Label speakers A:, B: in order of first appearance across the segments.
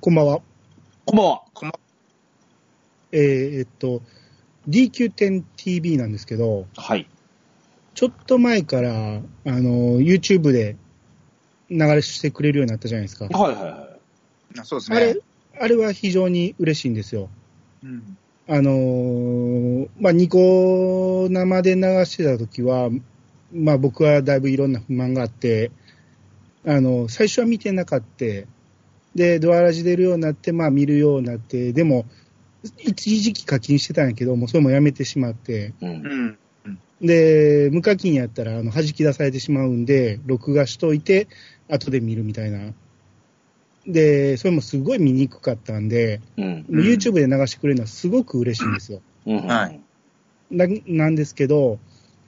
A: こんばんは。
B: こんばんは。
A: えーえっと、DQ10TV なんですけど、
B: はい。
A: ちょっと前から、あの、YouTube で流れしてくれるようになったじゃないですか。
B: はいはいはい。
C: あそうです
A: あれ
C: ね。、
A: あれは非常に嬉しいんですよ。
C: うん。
A: あのーまあ、ニコ生で流してた時は、まあ、僕はだいぶいろんな不満があって、あの、最初は見てなかった。で、ドアラジ出るようになって、まあ、見るようになって、でも、一時期課金してたんやけど、もうそれもやめてしまって、
B: う。
C: うんん。
A: で、無課金やったら、あの、弾き出されてしまうんで、録画しといて、後で見るみたいな。で、それもすごい見にくかったんで、
B: うん。
C: うん
A: YouTube で流してくれるのはすごく嬉しいんですよ。
B: うん。
C: はい。
A: ななんですけど、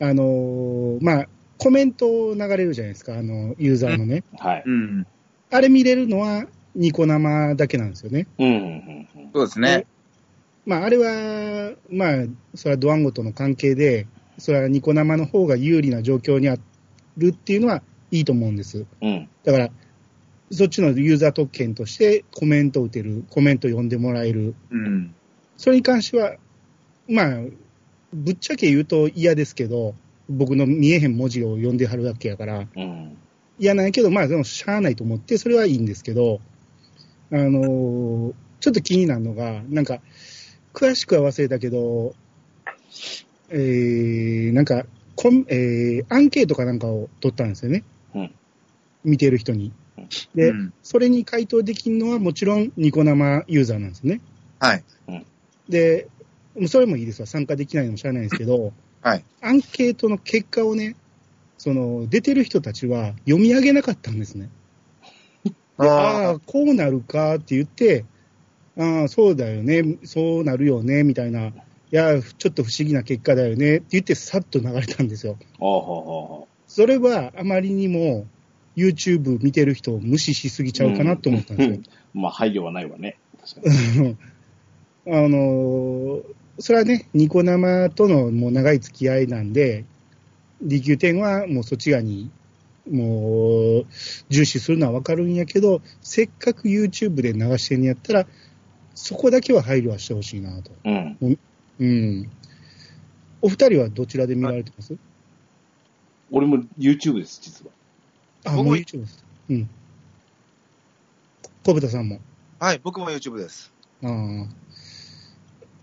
A: あのーまあ、コメント流れるじゃないですか、あの、ユーザーのね。
B: はい。
C: うん。
A: あれ見れるのはニコ生だけなんですよね。
B: うん。うんうん
C: そうですね。
A: まあ、あれは、まあ、それはドワンゴとの関係で、それはニコ生の方が有利な状況にあるっていうのはいいと思うんです。
B: うん。
A: だから、そっちのユーザー特権としてコメントを打てる、コメント読んでもらえる。
C: うん。
A: それに関しては、まあ、ぶっちゃけ言うと嫌ですけど、僕の見えへん文字を読んではるわけやから、
B: うん。
A: 嫌なんやけど、まあ、でもしゃあないと思って、それはいいんですけど、あのーちょっと気になるのが、なんか、詳しくは忘れたけど、えー、なんか、こんえー、アンケートかなんかを取ったんですよね。
B: うん
A: 見てる人に
B: うん。
A: で、
C: うん
A: それに回答できるのはもちろんニコ生ユーザーなんですね。
C: はい。
A: で、それもいいですわ。参加できないのもしゃあないんですけ ど、
C: はい。
A: アンケートの結果をね、その、出てる人たちは読み上げなかったんですね。であ
C: あ
A: あ、こうなるかって言って、ああ、そうだよね、そうなるよね、みたいな、いや、ちょっと不思議な結果だよねって言って、さっと流れたんですよ。
B: ああ、は
A: それはあまりにも、YouTube 見てる人を無視しすぎちゃうかなと思ったんですよ。
B: あ。まあ、配慮はないわね。確か
A: あのーそれはね、ニコ生とのもう長い付き合いなんで、DQ10 はもうそっち側に、もう、重視するのはわかるんやけど、せっかく YouTube で流してんやったら、そこだけは配慮はしてほしいなと。
B: に。うん。
A: うん。お二人はどちらで見られてます
B: 俺も YouTube です、実は。
A: あ、
C: 僕も
A: もう YouTube です。うん。小豚さんも。
C: はい、僕も YouTube です。
A: ああ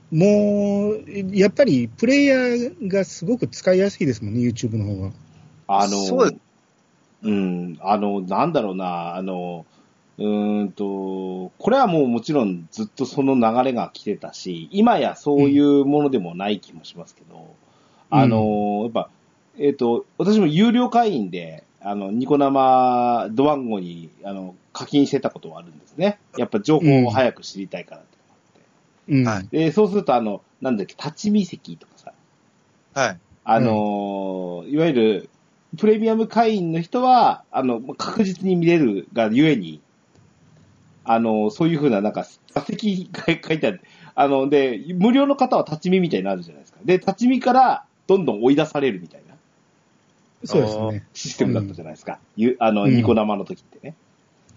A: もう、やっぱりプレイヤーがすごく使いやすいですもんね、YouTube の方が。
B: あの、
C: そうで
B: うん、あの、なんだろうな、あの、うーんと、これはもうもちろんずっとその流れが来てたし、今やそういうものでもない気もしますけど、
A: うん
B: あの、やっぱ、えっ、と、私も有料会員で、あの、ニコ生ドワンゴに、あの、課金してたことはあるんですね。やっぱ情報を早く知りたいからってのがあって
A: うん。
C: はい。
B: で、そうすると、あの、なんだっけ、立ち見席とかさ、
C: はい。
B: あのーいわゆる、プレミアム会員の人は、あの、確実に見れるがゆえに、あのーそういうふうな、なんか、座席が書いてある。あの、で、無料の方は立ち見みたいになるじゃないですか。で、立ち見からどんどん追い出されるみたいな
A: そうですね。
B: システムだったじゃないですか。ゆあの、
A: うん
B: ニコ生の時ってね。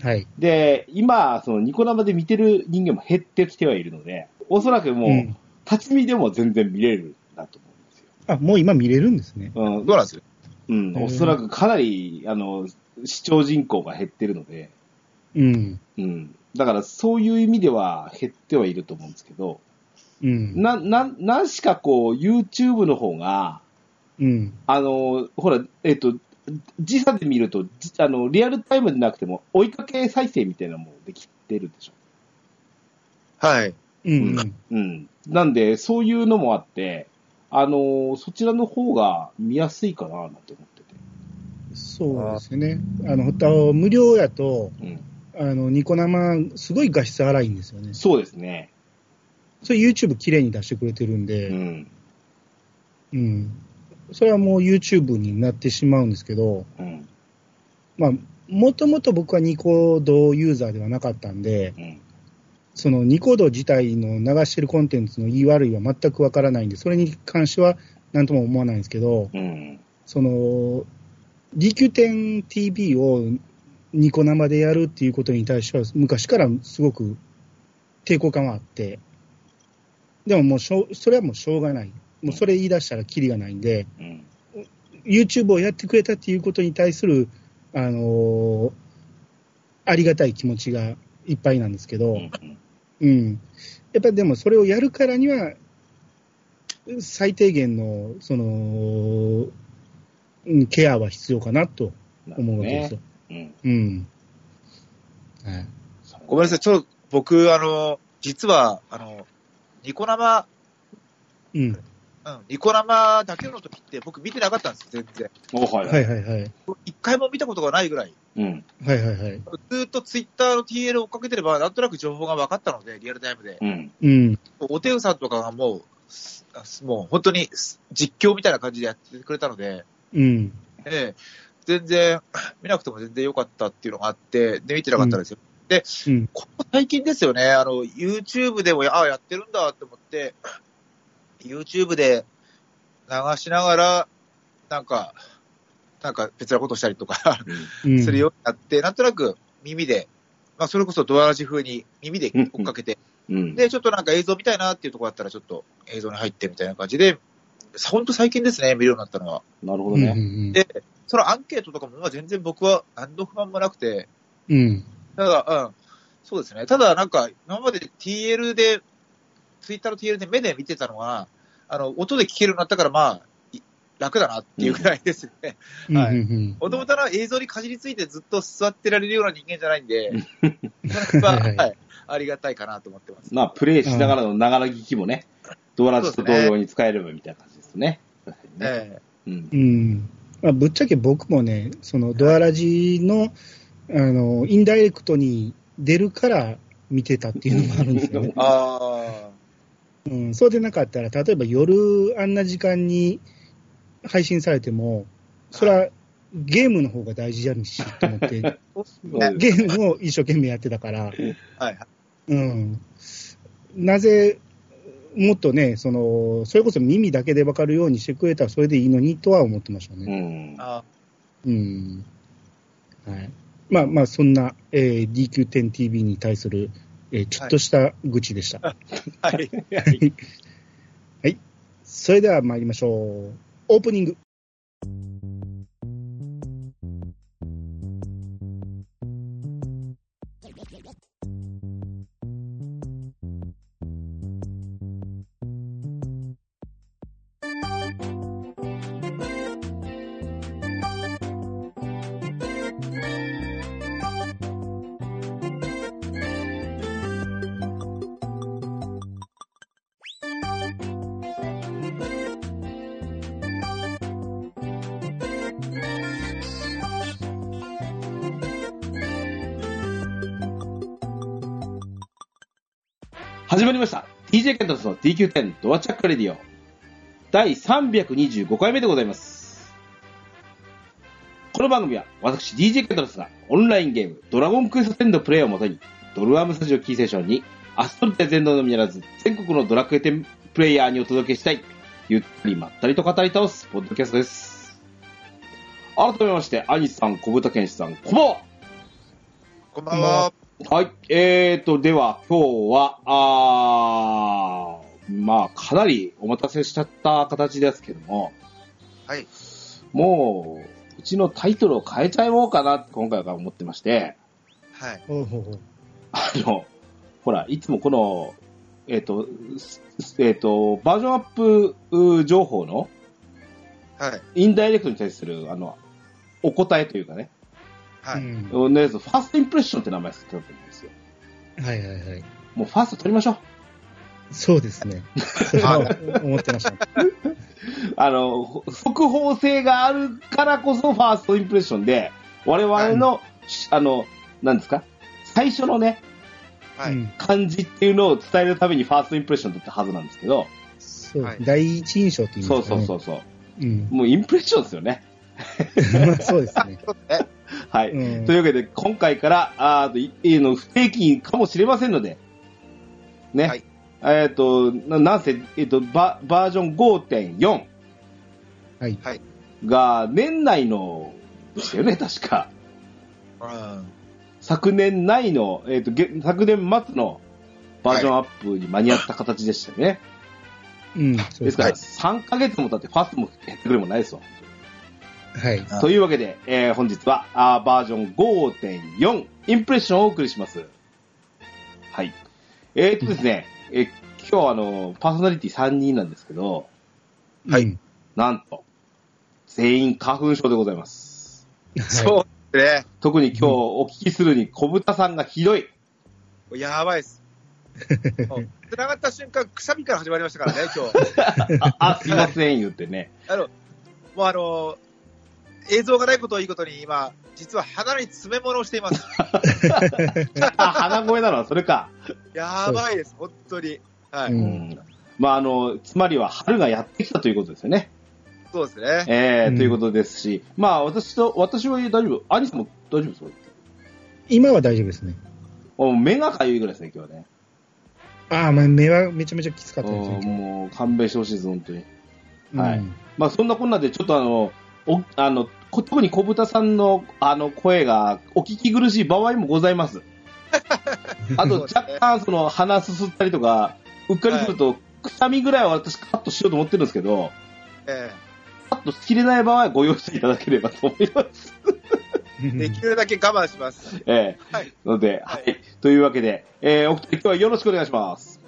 A: はい。
B: で、今、そのニコ生で見てる人間も減ってきてはいるので、おそらくもう、
A: うん
B: 立ち見でも全然見れるんだと思うんですよ。
A: あ、もう今見れるんですね。
B: うん、
C: どうなんです
B: うん、
A: うん
B: おそらくかなり、あの、視聴人口が減ってるので、
A: うん。
B: うん。だからそういう意味では減ってはいると思うんですけど、
A: うん。
B: な、な、なんしかこう、YouTube の方が、
A: うん。
B: あの、ほら、えっ、と、時差で見ると、じあの、リアルタイムでなくても、追いかけ再生みたいなのもできてるでしょ。
C: はい。
A: うん。
B: うん。なんで、そういうのもあって、あの、そちらの方が見やすいかな、なんて思ってて。
A: そうですよね。あの、ほったを無料やと、
B: うん。
A: あの、ニコ生、すごい画質荒いんですよね。
B: そうですね。
A: それ YouTube 綺麗に出してくれてるん
B: う
A: で、
B: ん。
A: うん。それはもう YouTube になってしまうんですけど、
B: うん。
A: まあ、もともと僕はニコ動ユーザーではなかったんで、
B: うん。
A: そのニコ動自体の流してるコンテンツの言い悪いは全くわからないんで、それに関しては何とも思わないんですけど、
B: うん。
A: その、DQ10TV をニコ生でやるっていうことに対しては、昔からすごく抵抗感はあって、でももうしょう、それはもうしょうがない。もうそれ言い出したらキリがないんで、
B: うん。
A: YouTube をやってくれたっていうことに対する、あのーありがたい気持ちがいっぱいなんですけど、
B: うんうん
A: うん、やっぱりでもそれをやるからには、最低限のその、うんケアは必要かなと
B: なるほ
A: 思う
B: ど
A: わけで
B: ね
A: すよ。
B: うん。
A: うんはい、
C: ごめんなさい、ちょっと僕、あの、実は、あの、ニコ生、
A: うん、
C: うん、ニコ生だけの時って僕見てなかったんですよ、全然。
B: おはい
A: は
B: はいい。
A: はいはい。
C: 一回も見たことがないぐらい。
B: うん。
A: はいはいはい。
C: ずっとツイッターの TL を追っかけてれば、なんとなく情報が分かったので、リアルタイムで。
B: うん。
A: うん。
C: おてうさんとかがもうす、あすもう本当にす実況みたいな感じでやってくれたので、
A: うん。
C: ええ全然、見なくても全然良かったっていうのがあって、で、見てなかったんですよ。で、
A: うん
C: ここ最近ですよね、あの、YouTube でも、ああ、やってるんだって思って、YouTube で流しながら、なんか、なんか別なことしたりとか
A: うん。
C: するようになって、なんとなく耳で、まあ、それこそドアラジ風に耳で追っかけて、
B: うん。
C: で、ちょっとなんか映像見たいなっていうところだったら、ちょっと映像に入ってみたいな感じで、ほんと最近ですね、見るようになったのは。
B: なる
A: う
B: ほど
A: ん。
B: ね。
C: でそのアンケートとかもまあ全然僕は何の不満もなくて、
A: うん。うん。
C: ただ、うん、そうですね。ただなんか、今まで TL で、ツイッターの TL で目で見てたのは、あの、音で聞けるようになったから、まあ、い楽だなっていうぐらいですね。
A: うん。
C: はい
A: うん。
C: もともとは映像にかじりついてずっと座ってられるような人間じゃないんで、 まあ、
A: はい
C: はい、ありがたいかなと思ってます。
B: まあ、プレイしながらのながら聞きもね、ドアラジと同様に使えればみたいな感じですね。確かにね。
C: ええ
B: うん
A: う。ん。まあ、ぶっちゃけ僕もね、そのドアラジの、あの、インダイレクトに出るから見てたっていうのもあるんですよ ね。
C: ああ。
A: うん。そうでなかったら、例えば夜あんな時間に配信されても、それはゲームの方が大事やるし、と思 って、
B: そうです
A: ゲームを一生懸命やってたから、
C: はい。
A: うん、なぜ、もっとねその、それこそ耳だけで分かるようにしてくれたらそれでいいのにとは思ってました
B: う
A: ね。
B: ん。
C: あ
A: うんはい、まあまあ、そんな、えー DQ10TV に対する、えーちょっとした愚痴でした。
C: はい。
A: それでは参りましょう。オープニング。
B: 始まりました。DJ ケンタスの DQ10 ドアチャックレディオ。第325回目でございます。この番組は私 DJ ケンタスがオンラインゲームドラゴンクエスト10のプレイをもとにドルアームスタジオキーセーションにアストルテ全土のみならず全国のドラクエ10プレイヤーにお届けしたいゆったりまったりと語り倒すポッドキャストです。改めまして、アニさん、小豚健志さん、こんばんは
C: こんばんは。
B: はい、えーと、では今日は、あー、まあ、かなりお待たせしちゃった形ですけども、
C: はい。
B: もう、うちのタイトルを変えちゃおうかなって今回から思ってまして、
C: はい。
A: おうほうほう
B: あの、ほら、いつもこの、えっ、と、すえっ、と、バージョンアップう情報の
C: はい。
B: インダイレクトに対する、あの、お答えというかね、
C: は
A: う
C: い。
A: ん
B: のやつ、ファーストインプレッションって名前つけたと思うんですよ。
A: はいはいはい。
B: もうファースト取りましょう。
A: そうですね。それは 思ってました。
B: あの、ほ速報性があるからこそ、ファーストインプレッションで、我々の、しあの、なんですか、最初のね、
C: は
A: う
C: い。
A: ん
B: 感じっていうのを伝えるために、ファーストインプレッションだったはずなんですけど、
A: そう
C: はい
A: 第一印象っていうんですか、
B: そ
A: ね
B: う、そうそうそう、
A: うん、
B: もうインプレッションですよね。
A: まあそうですね。
C: そうですね。
B: はい。
A: うん
B: というわけで、今回から、あーといいの不定期かもしれませんので、ね、
C: はい
B: えっ、と、ななんせ、えっ、とバ、バージョン5.4
A: はい。
B: が、年内の、ですよね、確か。
C: うん。
B: 昨年内の、えっ、と、げ昨年末のバージョンアップに間に合った形でしたね。
A: うん、そう
B: で
A: ですす
B: か
A: は
B: ら、3ヶ月も経ってファーストもやってくれもないですわ。
A: い。
C: はい
B: というわけで、えー本日はあーバージョン5.4インプレッションをお送りします。はい。えー、っとですね、えー今日あの、パーソナリティ3人なんですけど、
A: はい。うん
B: なんと、全員花粉症でございます。
A: はい
C: そうです
B: 特に今日お聞きするに小豚さんがひどい。
C: ね。やばい っす。繋がった瞬間、くしゃみから始まりましたからね、今日。
B: あ、あすいません、言ってね。
C: もうあのー映像がないことをいいことに今、実は鼻に詰め物をしています。
B: あ、鼻声なのはそれか。
C: やばいです、本当に。はい。
A: うん
B: まあ、あの、つまりは春がやってきたということですよね。
C: そうですね。
B: えー
A: うん
B: ということですし、まあ、私と、私は大丈夫。兄さんも大丈夫です
A: 今は大丈夫ですね。
B: もう目がかゆいぐらいですね、今日はね。
A: ああ、まあ、目はめちゃめちゃきつかったです
B: うん
A: ね。
B: もう勘弁してほしいです、本当に。
A: 今日
B: はいまあそんなこんなで、ちょっとあの、おあのこ特に小豚さんのあの声がお聞き苦しい場合もござい ます。あと
C: そうですね
B: 若干その鼻すすったりとか、うっかりすると、くしゃみぐらいは私カットしようと思ってるんですけど、
C: え
B: カットしきれない場合はご容赦いただければと思います。
A: うん
C: えできるだけ我慢します。
B: ええ
C: はい。
B: ので、はい。というわけで、えーお二人今日はよろしくお願いします。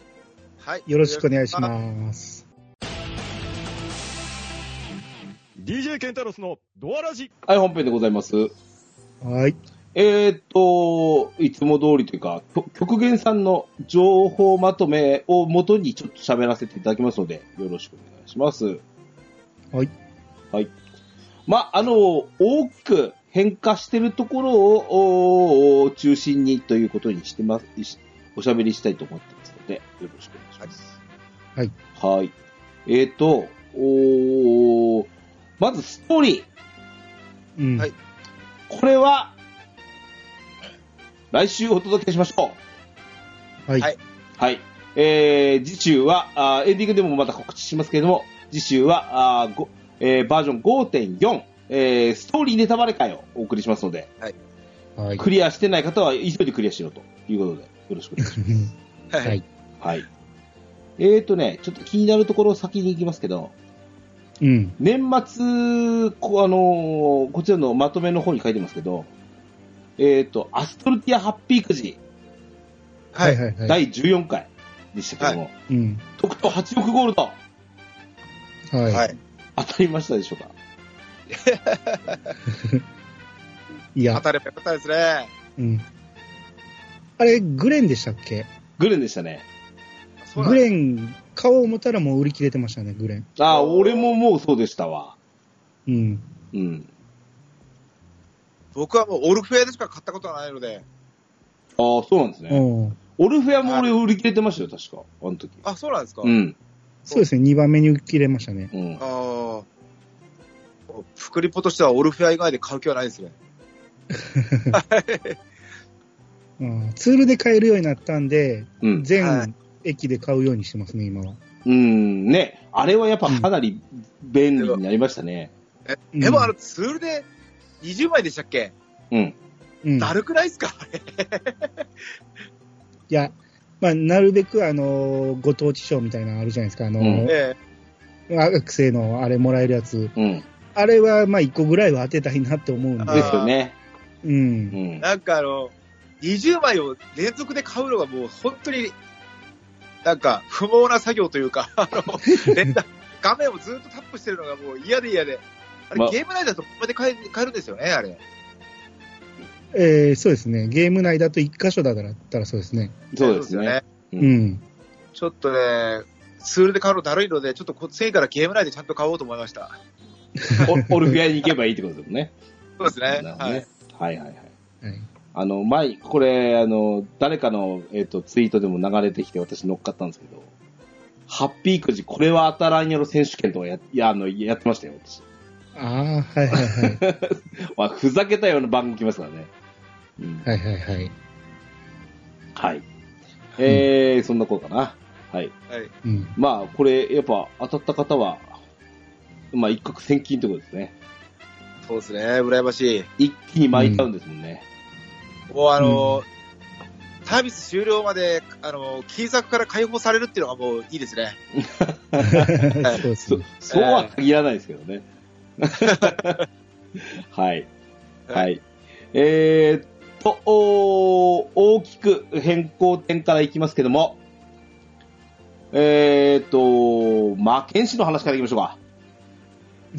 C: はい。
A: よろしくお願いし
C: す。
A: ます。
D: DJ ケンタロスのドアラジ。
B: はい、本編でございます。
A: はい。
B: えーっと、いつも通りというか、きょ極限さんの情報まとめを元にちょっと喋らせていただきますので、よろしくお願いします。
A: はい。
B: はい。ま、あの、大きく変化してるところをおー中心にということにしてます、しおしゃべりしたいと思ってますので、よろしくお願いします。
A: はい。
B: はい。えーっと、おーまずストーリー。
A: うん
C: はい
B: これは、来週お届けしましょう。
A: はい。
C: はい
B: はい。えー、次週はあー、エンディングでもまた告知しますけれども、次週は、あーごえーバージョン5.4、えー、ストーリーネタバレ会をお送りしますので、
A: はい。
B: クリアしてない方は急いでクリアしろということで、よろしくお願いします。
A: は
C: はい。
A: い。
B: はい。えーとね、ちょっと気になるところを先に行きますけど、
A: うん。
B: 年末、こあのーこちらのまとめの方に書いてますけど、えっ、と、アストルティアハッピーくじ、
C: は
A: はい
C: い。
A: はいはい。
B: 第14回でしたけども、
A: うん。
B: 特徴8億ゴールド、
A: は
C: はい。
B: 当たりましたでしょうか
A: い。い
C: 当
A: や、
C: たればよかったですね。
A: うん。あれ、グレンでしたっけ
B: グレンでしたね。
C: そうなん
A: グ
C: です
A: レン、顔を持ったらもう売り切れてましたね、グレン。
B: ああ、俺ももうそうでしたわ。
A: うん。
B: うん。
C: 僕はもうオルフェアでしか買ったことがないので、
B: ああ、そうなんですね。
A: おー
B: オルフェアも俺売り切れてましたよ、確か。あの時。
C: あ、そうなんですか。
B: う
C: あ
B: ん。
A: そうですね、2番目に売り切れましたね。
B: うん
C: あ。ー。福リポとしてはオルフェア以外で買う気はないですね。
A: うんツールで買えるようになったんで、
B: うん。
C: は
A: 全駅で買うようにしてますね、今は。
B: うん。ね。あれはやっぱかなり便利になりましたね。
A: うん
C: でもあのツールで20枚でしたっけ、
B: うん。
A: うん。
C: だるくないですかあれ。
A: いや、まあ、なるべく、あのー、ご当地賞みたいなのあるじゃないですか、あのー、
C: え
A: 学生のあれもらえるやつ。
B: うん。で
A: あれは、まあ、1個ぐらいは当てたいなって思うん
C: あー
A: で。
B: すよね。
A: う。
B: うん
C: え
B: ん。
C: なんかあの、20枚を連続で買うのがもう本当に、なんか不毛な作業というか、あ の、連打画面をずっとタップしてるのがもう嫌で嫌で。あれ、
B: ま
C: ゲーム内だとここで買え買えるんですよね、あれ。
A: えー、そうですね。ゲーム内だと1箇所だったらそうですね。
B: そうですね。。
A: う。
B: うん
C: ちょっとね、ツールで買うのだるいので、ちょっとこっちからゲーム内でちゃんと買おうと思いました。
B: オオルフェアに行けばいいってことですもんね。
C: そうですね。
B: なるほど
C: はい
B: ね。はいはい
A: は
B: はい。
A: い。
B: あの、前、これ、あの、誰かの、えっ、と、ツイートでも流れてきて私乗っかったんですけど、ハッピーくじ、これは当たらんやろ選手権とかや、いや、あの、やってましたよ、私。
A: ああ、はいはいはい。
B: まあ、ふざけたような番組来ますからね。うん。
A: はいはいはい。
B: はい。えー、そんなことかな。はい。
C: はい。
A: うん。
B: まあ、これ、やっぱ、当たった方は、まあ、一攫千金ってことですね。
C: そうですね。羨ましい。
B: 一気に巻いちゃうんですもんね。
C: もうあの、サービス終了まで、あの、金策から解放されるっていうのがもういいですね。
A: そうです
B: そ
A: ね。
B: そうは限らないですけど ね。はい。はい。えーっと、おー大きく変更点からいきますけども、えーっと、マッケン氏の話からいきましょうか。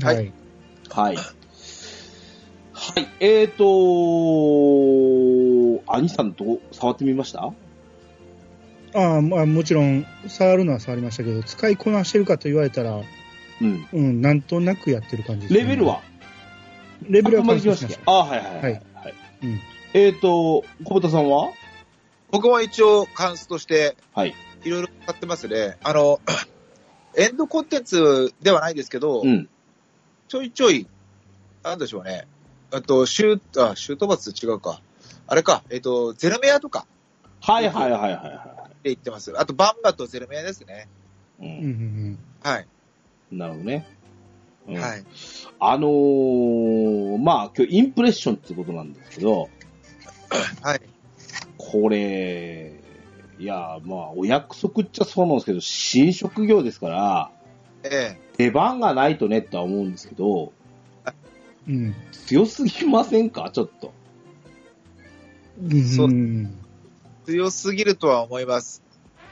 C: はい
A: はい。
B: はい。はい。えーっと、兄さんと触ってみました
A: ああ、まあもちろん、触るのは触りましたけど、使いこなしてるかと言われたら、
B: うん。
A: うん、なんとなくやってる感じですね、
B: レベルは
A: レベルは
B: ここま
A: 完
B: で来ま
A: 成
B: し
A: したま
B: っ
A: した。
B: けあー、はいはいはい。
A: はい
B: はい、
A: うん
B: えーっと、小田さんは
C: 僕も一応、関数として、
B: はい。
C: いろいろ使ってますね。あの、 エンドコンテンツではないですけど、
B: うん。
C: ちょいちょい、なんでしょうね。あと、シュート、あ、シュート罰違うか。あれか、えっ、と、ゼルメアとか
B: はいはいはいはいはい。
C: で言ってます。あと、バンバとゼルメアですね。
B: う、
A: うんうんん
C: はい。
B: なるほどね。うん
C: はい。
B: あのーまあ、今日インプレッションってことなんですけど、
C: はい。
B: これ、いや、まあ、お約束っちゃそうなんですけど、新職業ですから、
C: え
B: 出番がないとねっては思うんですけど、
A: うんうん。
B: 強すぎませんかちょっと。
A: うん。
C: そうんえ強すぎるとは思います。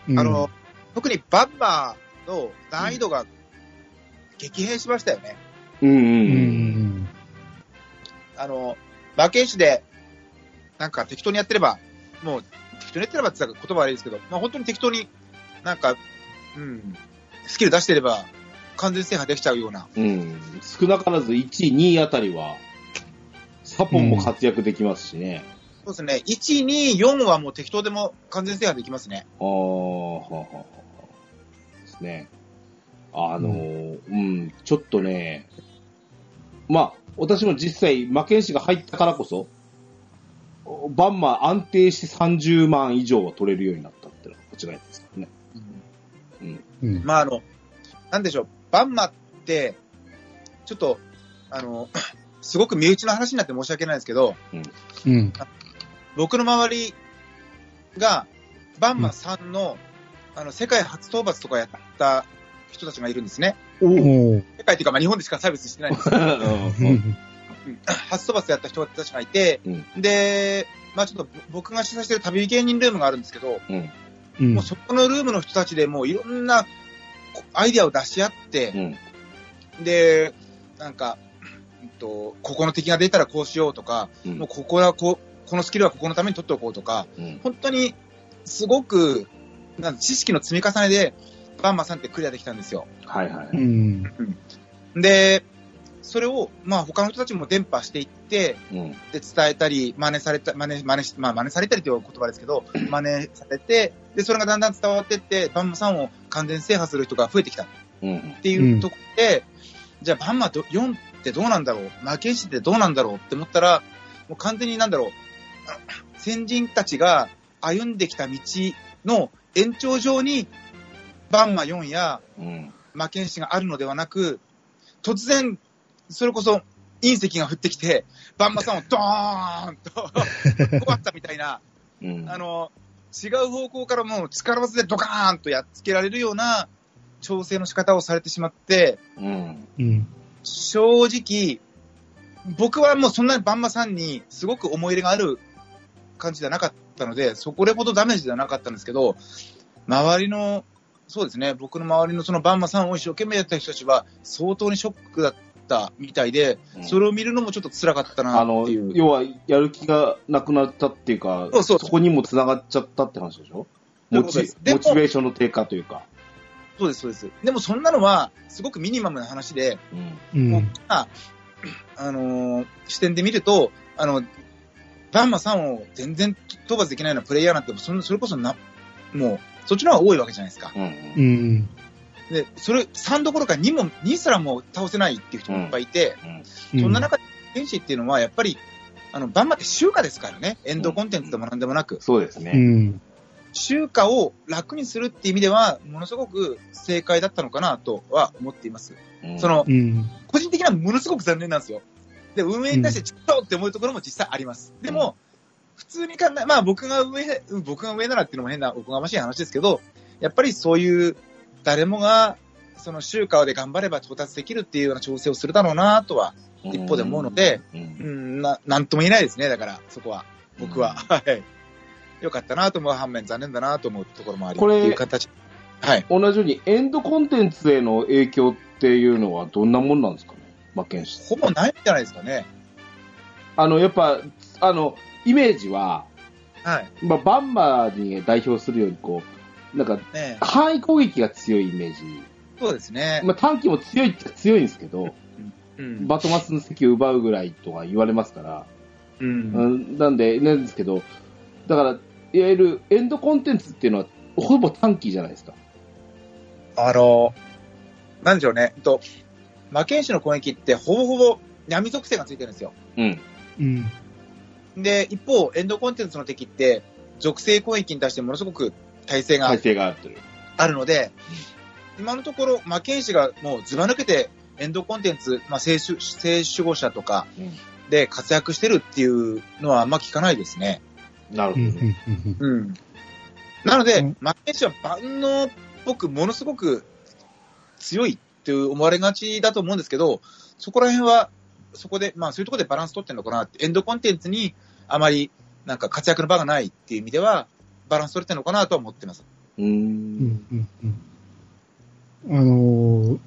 A: うん
C: あの、、特にバンバーの難易度が激変しましたよね。
B: うん
A: う
B: うん
A: うん
B: ん
A: うん。
C: あの、馬券士で、なんか適当にやってれば、もう、適当にやってればって言ったら言葉悪いですけど、まあ本当に適当になんか、うん、スキル出してれば、完全制覇できちゃうような。
B: うん。うん。少なからず1位、2位あたりは、サポンも活躍できますしね。
C: そうですね。1、2、4はもう適当でも完全制覇できますね。
B: ああ、はあはあはあですね。あのー、うん、ちょっとね、まあ、私も実際、魔剣士が入ったからこそ、おバンマ安定して30万以上は取れるようになったっていうのは間違いないですからね。
A: うん
C: まああの、なんでしょう、バンマって、ちょっと、あの、 すごく身内の話になって申し訳ないですけど、
A: うん。
C: 僕の周りが、バンマさんの、あの、世界初討伐とかやった人たちがいるんですね。
A: おー
C: 世界っていうか、まあ、日本でしかサービスしてないんですけ
A: う
B: うん
A: ん
C: ど、初討伐やった人たちがいて、
B: う
C: で、まあちょっと僕が主催してる旅芸人ルームがあるんですけど、
B: うん
A: うん
C: もうそこのルームの人たちでもういろんなこアイデアを出し合って
B: う、ん
C: で、なんか、うんと、ここの敵が出たらこうしようとか、
B: うん
C: もうここはこう、このスキルはここのために取っておこうとか、
B: うん
C: 本当にすごく、なん知識の積み重ねで、バンマさんってクリアできたんですよ。
B: はいは
A: う
B: い。
A: ん。
C: で、それを、まあ他の人たちも伝播していって、
B: うん
C: で、伝えたり、真似された、真似、真似し、まあ真似されたりという言葉ですけど、真似されて、で、それがだんだん伝わってって、バンマさんを完全制覇する人が増えてきた。
B: うん
C: っていうとこで、じゃあ、バンマど4ってどうなんだろう、負け石ってどうなんだろうって思ったら、もう完全になんだろう、あの先人たちが歩んできた道の延長上に、バンマ4や
B: うん
C: 負け石があるのではなく、突然、それこそ隕石が降ってきて、バンマさんをドーンと壊ったみたいな、
B: うん
C: あの、違う方向からもう力技でドカーンとやっつけられるような調整の仕方をされてしまって、
B: うん
A: うん。
C: 正直、僕はもうそんなにバンマさんにすごく思い入れがある感じじゃなかったので、そこれほどダメージではなかったんですけど、周りの、そうですね、僕の周りのそのバンマさんを一生懸命やった人たちは相当にショックだったみたいで、
B: うん
C: それを見るのもちょっと辛かったな
B: あ
C: っ
B: の
C: ていう。、
B: 要は、やる気がなくなったっていうか、
C: そうそう
B: こにも繋がっちゃったって話でしょ
C: そ
B: モ
C: ういうことで
B: チ
C: すでも
B: モチベーションの低下というか。
C: そうです、そうです。でもそんなのはすごくミニマムな話で、
B: うん
A: うん。
C: 僕が、あのー視点で見ると、あの、バンマさんを全然討伐できないようなプレイヤーなんて、そんそれこそな、もう、そっちの方が多いわけじゃないですか。
B: うん
A: うん。
C: で、それ、3どころか2も、2すらも倒せないっていう人もいっぱいいて、
A: うん
C: そんな中で、天使っていうのは、やっぱり、あの、バンマって集荷ですからね。エンドコンテンツでもなんでもなく。
B: そうです
A: う
B: ね。
A: ん。
C: 集荷を楽にするっていう意味では、ものすごく正解だったのかなとは思っています。
B: うん
C: そ、の
A: う、ん。
C: 個人的にはものすごく残念なんですよ。で、運営に対してちょっとって思うところも実際あります。でも、普通に考え、まあ僕が上、僕が上ならっていうのも変なおこがましい話ですけど、やっぱりそういう、誰もが、その週間で頑張れば到達できるっていうような調整をするだろうなとは、一方で思うので、
B: うん
C: うん、な、なんとも言えないですね、だから、そこは、僕は。はい。よかったなと思う反面、残念だなと思うところもあり、
B: これ
C: っていう形。はい。
B: 同じようにエンドコンテンツへの影響っていうのはどんなもんなんですかね、マッケンシー
C: ほぼないんじゃないですかね。
B: あの、やっぱ、あの、イメージは、
C: はい。
B: まあ、バンマーに代表するように、こう、なんか、
C: ねえ
B: 範囲攻撃が強いイメージ。
C: そうですね。
B: まあ、短期も強いっちゃ強いんですけど、
C: うん。
B: バトマスの席を奪うぐらいとか言われますから、
C: う。
B: うんん、なんで、なんですけど、だから、いわゆるエンドコンテンツっていうのは、ほぼ短期じゃないですか。
C: あの、なんでしょうね。えっと、魔剣士の攻撃ってほぼほぼ闇属性がついてるんですよ。
B: うん。
A: うん。
C: で、一方、エンドコンテンツの敵って、属性攻撃に対してものすごく耐性が
B: 体制があるという。
C: あるので、今のところ、魔剣士がもうずば抜けて、エンドコンテンツ、まあ、聖守聖守護者とかで活躍してるっていうのはあんま聞かないですね。
B: な
A: う
B: るほ
A: ん
B: ど
A: う
B: ね。
A: んうん
C: うん。なので
A: うん、
C: マッケンシーは万能っぽく、ものすごく強いっていう思われがちだと思うんですけど、そこら辺は、そこで、まあそういうところでバランス取ってるのかなって、エンドコンテンツにあまりなんか活躍の場がないっていう意味では、バランス取れてるのかなとは思ってます。
B: うー。
A: うんんうんうんあのー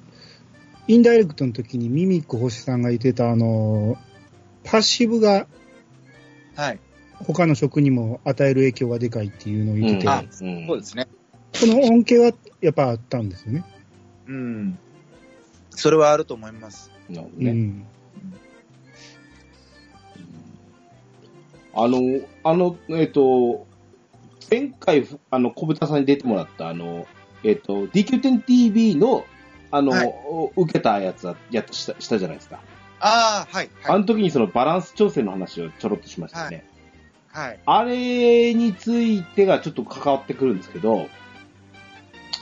A: インダイレクトの時にミミック星さんが言ってた、あのーパッシブが
C: はい。
A: 他の職にも与える影響がでかいっていうのを言ってて、
C: あ
B: うん
C: そうですね。
A: この恩恵はやっぱあったんですよね。
C: うん。それはあると思います。
B: なるほど
A: う
B: ね。
A: ん。
B: あの、あの、えっと、前回、あの、小豚さんに出てもらった、あの、えっと、DQ10TV の、あの、
C: はい
B: お受けたやつは、やっとした、したじゃないですか。
C: ああ、はい。
B: あ
C: はい。
B: の時にそのバランス調整の話をちょろっとしましたよね。
C: はい。
B: あれについてがちょっと関わってくるんですけど、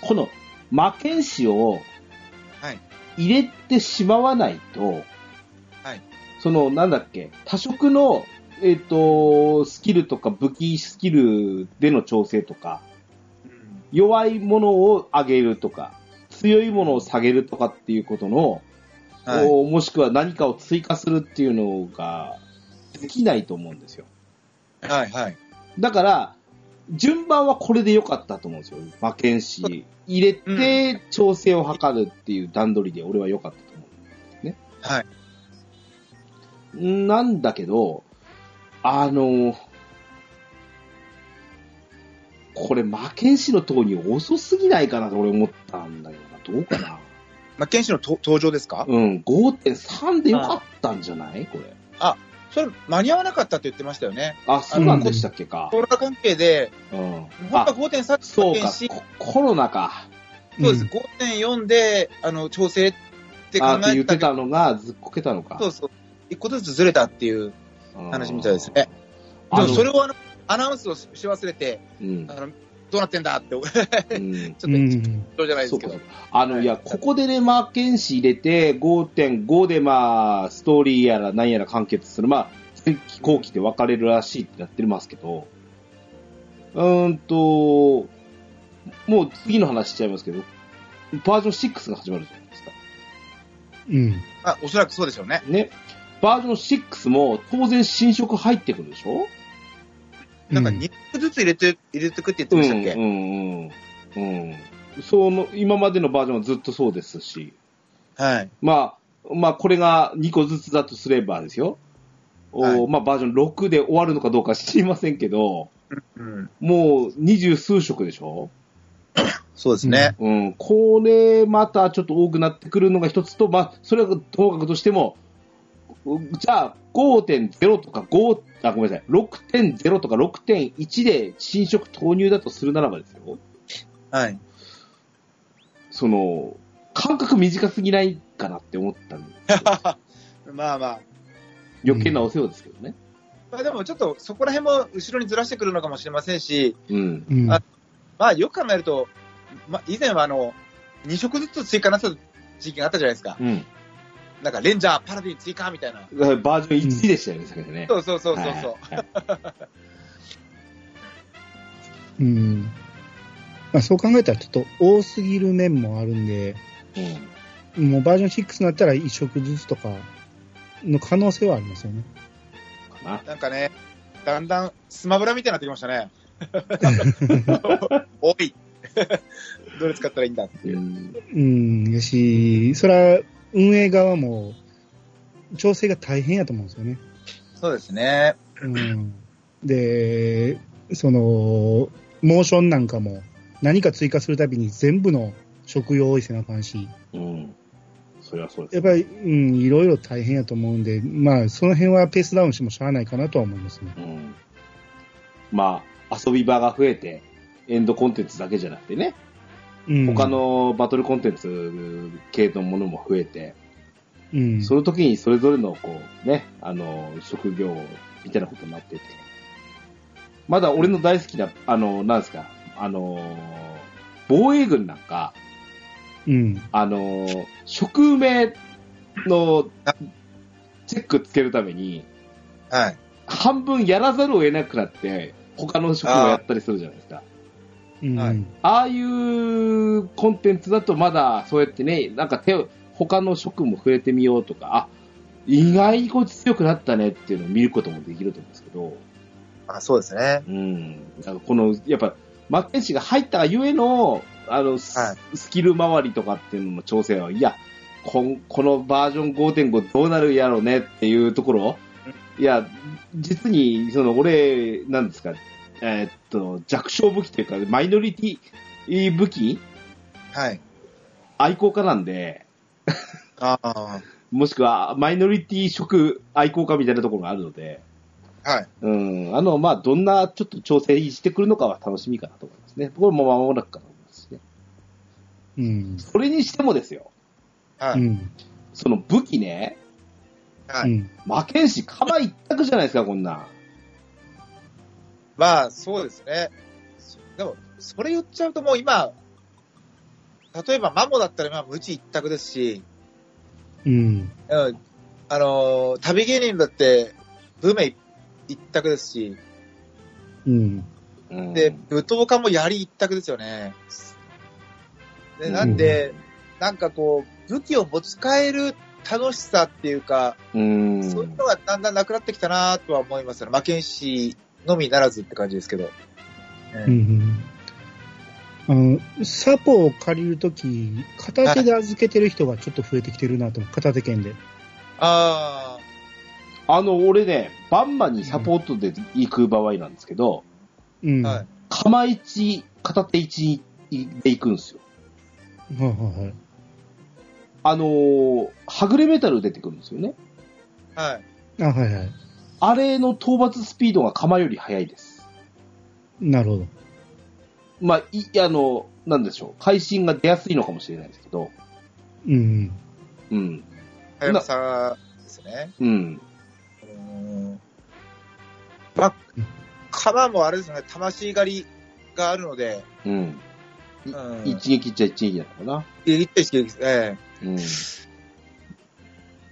B: この魔剣士を
C: はい
B: 入れてしまわないと、
C: はい
B: そのなんだっけ、多色の、えっとスキルとか武器スキルでの調整とか、
C: うん
B: 弱いものを上げるとか、強いものを下げるとかっていうことの、
C: はい。
B: おもしくは何かを追加するっていうのができないと思うんですよ。
C: はい。はい。
B: だから、順番はこれで良かったと思うんですよ。馬券士入れて調整を図るっていう段取りで俺は良かったと思
C: はい。
B: う。なんだけど、あの、これ馬券士の投入遅すぎないかなと俺思ったんだけどな。どうか な。
C: マッケンシーのと登場ですか
B: うん、5.3で良かったんじゃないこれ。
C: それ間に合わなかったって言ってましたよね。
B: あ、そうなんでしたっけか
C: コ。ロナ関係で、
B: うん。
C: 本当
B: あ
C: は、5.3だった
B: そう
C: け
B: か。
C: し、
B: ココロナか。
C: そうです、5.4で、あの、調整って考
B: あーって
C: え
B: 言
C: て
B: って
C: たけど、
B: たのがずっこけたのか。
C: そうそう、一個ずつずれたっていう
B: うん
C: 話みたいですね。で
B: あ
C: も
B: の
C: それをあの、アナウンスをし忘れて、
B: うん
C: あ。の、どうなってんだって、ちょ っ
B: うん
C: と、
A: うん。うん
C: そうじゃないで
B: そ
C: す
B: う
C: け
B: かそ
C: ど
B: う。かあの、いや、ここでね、まあ、剣士入れて、5.5で、まあ、ストーリーやら何やら完結する。まあ、前期後期で分かれるらしいってなってますけど、うーんと、もう次の話しちゃいますけど、バージョン6が始まるじゃないですか。
A: うん。
C: あ、おそらくそうでしょうね。
B: ね。バージョン6も当然新色入ってくるでしょ
C: なんか
A: うん
C: 2個ずつ入れて、入れてくって言って
B: うん
C: ましたっけ、
B: うんうんうん。その、今までのバージョンはずっとそうですし、
C: はい。
B: まあ、まあ、これが2個ずつだとすればですよ。お
C: はい
B: まあ、バージョン6で終わるのかどうか知りませんけど、
C: うん。
B: もう二十数色でしょ
C: そうですね。
B: うん。これ、またちょっと多くなってくるのが一つと、まあ、それはともかくとしても、じゃあ、5.0とか5、あ、ごめんなさい、6.0とか6.1で新色投入だとするならばですよ。
C: はい。
B: その、間隔短すぎないかなって思ったんで、
C: まあまあ。
B: 余計なお世話ですけどね。
C: まあでもちょっとそこら辺も後ろにずらしてくるのかもしれませんし、
B: うん。
A: うん
C: あまあ、よく考えると、まあ、以前はあの、2色ずつ追加なさった時期があったじゃないですか。
B: うん。
C: なんか、レンジャー、パラディン追加みたいな。
B: だからバージョン1でしたよね、それね。
C: そうそうそうそう。そう
B: はいはい
A: うん。まあそう考えたらちょっと多すぎる面もあるんで、
B: うん。
A: もうバージョン6になったら1色ずつとかの可能性はありますよね。
B: かな。
C: なんかね、だんだんスマブラみたいになってきました ね。おい どれ使ったらいいんだっていう。
B: ん。
A: うん、やし、それは運営側も調整が大変やと思うんですよね。
C: そうですね。
A: うん。で、その、モーションなんかも何か追加するたびに全部の食用を用意せなあかんし、
B: うん。それはそうです。
A: やっぱり、うん、いろいろ大変やと思うんで、まあ、その辺はペースダウンしてもしゃあないかなとは思いますね。
B: うん。まあ、遊び場が増えて、エンドコンテンツだけじゃなくてね、
A: うん、
B: 他、のバトルコンテンツ系のものも増えて、
A: うん、
B: その時にそれぞれの、こう、ね、あの、職業みたいなことになってて。まだ俺の大好きな、あの、なんですか、あの、防衛軍なんか、
A: うん。
B: あの、職名のチェックつけるために、
C: はい。
B: 半分やらざるを得なくなって、他の職業をやったりするじゃないですか。
A: うん。
C: はい
B: ああいうコンテンツだとまだそうやってね、なんか手を、他の職も触れてみようとか、あ、意外にこいつ強くなったねっていうのを見ることもできると思うんですけど、
C: あそうですね。
B: うん。だからこの、やっぱ、マッケンシーが入ったがゆえの、あの、ス
C: は
B: スキル周りとかっていうのの調整は、いや、こんこのバージョン5.5どうなるやろうねっていうところ、いや、実に、その、俺、なんですか、えーっと、弱小武器というか、マイノリティ武器
C: はい。
B: 愛好家なんで、
C: ああ。
B: もしくはマイノリティ職愛好家みたいなところがあるので、
C: はい。
B: うん、あの、まあ、どんなちょっと調整してくるのかは楽しみかなと思いますね。これも間もなくかと思いますしね。
A: うん。
B: それにしてもですよ、
C: は
A: う
C: い。
A: ん。
B: その武器ね、
C: は
A: う
C: い。
A: ん。
B: 魔剣士、鎌一択じゃないですか、こんなん。
C: まあ、そうですね。でも、それ言っちゃうともう今、例えばマモだったら今無知一択ですし、
A: うん。
C: うん、あのー旅芸人だって、ブメ一択ですし、
A: うん。
B: うん
C: で、舞踏家も槍一択ですよね。で、なんで、なんかこう、武器を持ち帰る楽しさっていうか、
B: うん。
C: そういうのがだんだんなくなってきたなとは思いますね。魔剣士のみならずって感じですけど。
A: うんうん。あの、サポを借りるとき、片手で預けてる人がちょっと増えてきてるなと思う、片手剣で。
C: あ
B: あの、俺ね、バンマにサポートで行く場合なんですけど、
A: うん。
C: あ、はい。
B: 鎌一、片手一で行くんですよ。
A: い。はいはいはい。
B: あのーはぐれメタル出てくるんですよね。
C: はい。
A: あ、はいはい。
B: あれの討伐スピードが釜より速いです。
A: なるほど。
B: まあ、い、あの、なんでしょう。会心が出やすいのかもしれないですけど。
A: うん。
B: うん。
C: はやぶさですね。
B: うん。
C: うーんまあ、鎌もあれですね、魂狩りがあるので、
B: うん。
C: うん、
B: 一撃っちゃ一撃なのかな。
C: 一対一ですえ
B: うん。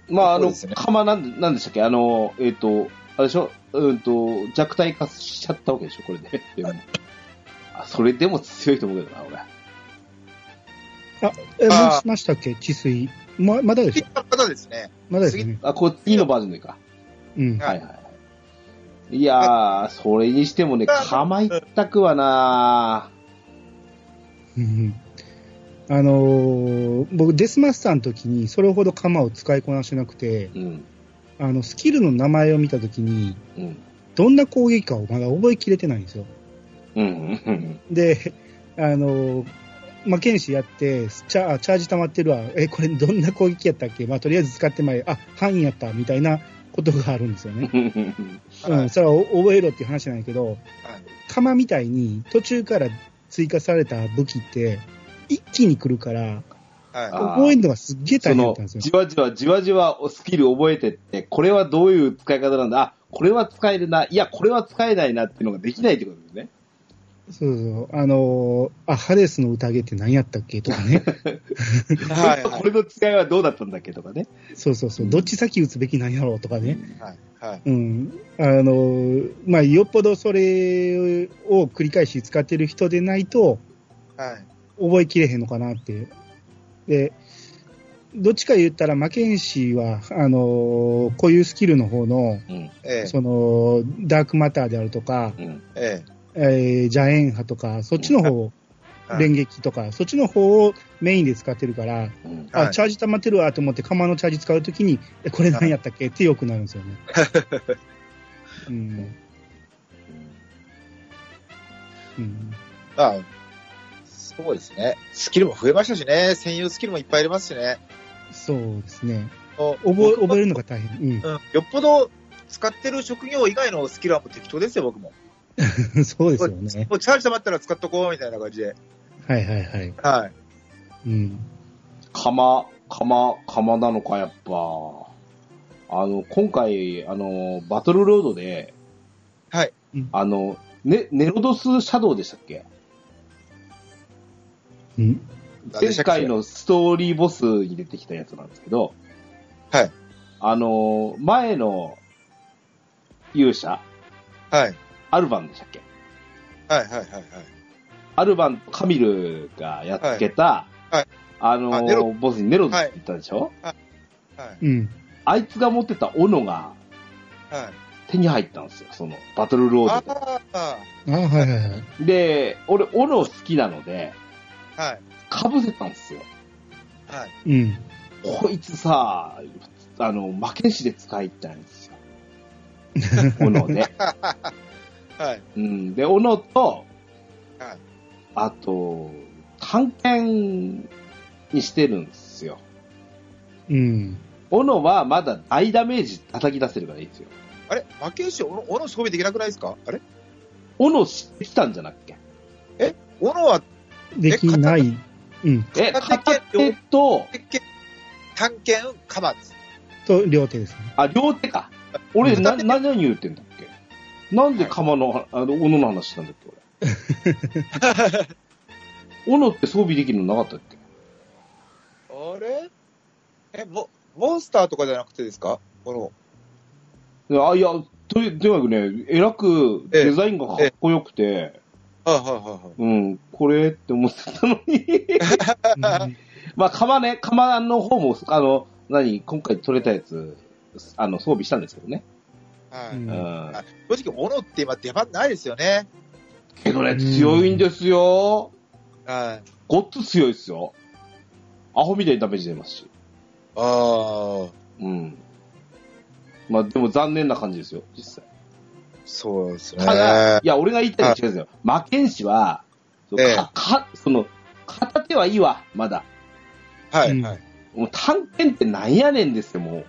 B: まあ、あ
C: そう
B: の、
C: ですね
B: 釜なんで、なんでしたっけあの、えっ、と、あれでしょうんと、弱体化しちゃったわけでしょこれで。 でもあ、それでも強いと思うけどな、俺。
A: え、
C: あー
A: もうしましたっけ治水。ま、まだで
C: え。
A: し
C: ピ
A: ょ
C: ッカ方ですね。
A: まだですよね。
B: あ、こっちのバージョンでいいか。
A: うん。
B: はいはいはい。いやー、それにしてもね、釜一択はな
A: うんあのー僕、デスマスターの時に、それほど鎌を使いこなしてなくて、
B: ーうん。
A: あの、スキルの名前を見た時に、
B: うん。
A: どんな攻撃かをまだ覚えきれてないんですよ。
B: うん。うん
A: で、あのーまあ、剣士やって、チャチャージ溜まってるわ。え、これどんな攻撃やったっけまあ、とりあえず使ってまい。あ、範囲やった、みたいなことがあるんですよね。う
C: はい
A: ん、それはお覚えろっていう話なんやけど、
C: はい
A: 鎌みたいに途中から追加された武器って、一気に来るから、
B: あー
C: は
A: 覚えるのがすっげえ
B: そ
A: 大変だっ
B: の
A: たんですよ。
B: じわじわじわじわスキル覚えてって、これはどういう使い方なんだ、あこれは使えるな、いや、これは使えないなっていうのができないってことですね。
A: そうそう、あのーあ、ハデスの宴って何やったっけとかね。
C: は
B: これ
C: い
B: とこれの違いはどうだったんだっけとかね。
A: そうそうそう、どっち先打つべきなんやろうとかね。
C: はい。はい。
A: うん。あのーまあ、よっぽどそれを繰り返し使ってる人でないと、
C: はい。
A: 覚えきれへんのかなって。で、どっちか言ったら、マケンシーは、あのーこういうスキルの方の、
B: うん。
C: ええ。
A: その、ダークマターであるとか、
B: うん。
C: え
A: えー、ジャエン派とか、そっちの方を、
C: え。
A: 連撃とか、そっちの方をメインで使ってるから、
B: うん。
C: は
A: あ、
C: い
A: チャージ溜まってるわと思って、釜のチャージ使うときに、え、これ何やったっけってよくなるんですよ ね。うん。うん。
C: まあ、そうですね。スキルも増えましたしね。専用スキルもいっぱいありますしね。
A: そうですね。
C: お
A: 覚え、覚えるのが大変。うん。
C: うん、よっぽど使ってる職業以外のスキルはもう適当ですよ、僕も。
A: そうですよね。
C: もうチャージ溜まったら使っとこうみたいな感じで。
A: はいはいはい。
C: はい。
A: うん。
B: 釜、釜、釜なのか、やっぱ。あの、今回、あの、バトルロードで、
C: はい
A: うん
B: あの、ね、ネロドスシャドウでしたっけ
A: うん。
B: 前回のストーリーボスに出てきたやつなんですけど、
C: はい。
B: あの、前の勇者、
C: はい。
B: アルバンでしたっけ
C: はいはいはいはい。
B: アルバンとカミルがやっつけた、
C: はいはい
B: あの
C: あネロ
B: ボスにネロズって言ったでしょ、
C: はい。
A: うん。
B: あいつが持ってた斧が
C: はい。
B: 手に入ったんですよ、そのバトルロード
C: ああ、
A: あはいはいはい。
B: で。で、俺、斧好きなので、
C: はい。
B: かぶせたんですよ。
C: はい。
A: うん。
B: こいつさ、あの、負けんしで使いたいんですよ。斧で。
C: はい。
B: うん。で、斧と、
C: はい
B: あと、探検にしてるんですよ。
A: うん。
B: 斧はまだ大ダメージ叩き出せるからいいですよ。
C: あれ負け石、斧、斧装備できなくないですかあれ
B: 斧知ってきたんじゃなっけ
C: 斧は
A: できない。うん。
B: え、
C: 片
B: 片
C: 手
B: 手と、
C: 鉄拳、探検、カバです。
A: と、両手ですね。
B: あ、両手か。俺、な、
C: 片手
B: な、何言ってんだっけなんで釜の、あの、斧の話したんだっけ、俺。斧って装備できるのなかったっけ
C: あれえ、モ、モンスターとかじゃなくてですか斧。
B: あ、いや、とにとにかくね、えらく
C: ええ
B: デザインがかっこよくて、
C: はいはいはいはい。
B: うん、これって思ってたのに。
A: うん
B: まあ、釜ね、釜の方も、あの、何、今回取れたやつ、あの、装備したんですけどね。
C: はい。
A: うん
B: うん。
C: 正直、斧って今出番ないですよね。
B: けどね、強いんですよ。
C: はい。
B: ごっつ強いですよ。アホみたいにダメージ出ますし。
C: ああ、
B: うん。まあ、でも残念な感じですよ、実際。
C: そうですね。
B: ただ、いや、俺が言いたいのは違うんですよ。魔剣士は、
C: ええ
B: か、か、その、片手はいいわ、まだ。
C: は
A: うん
C: い、はい。
B: もう探検ってなんやねんですよ、もう。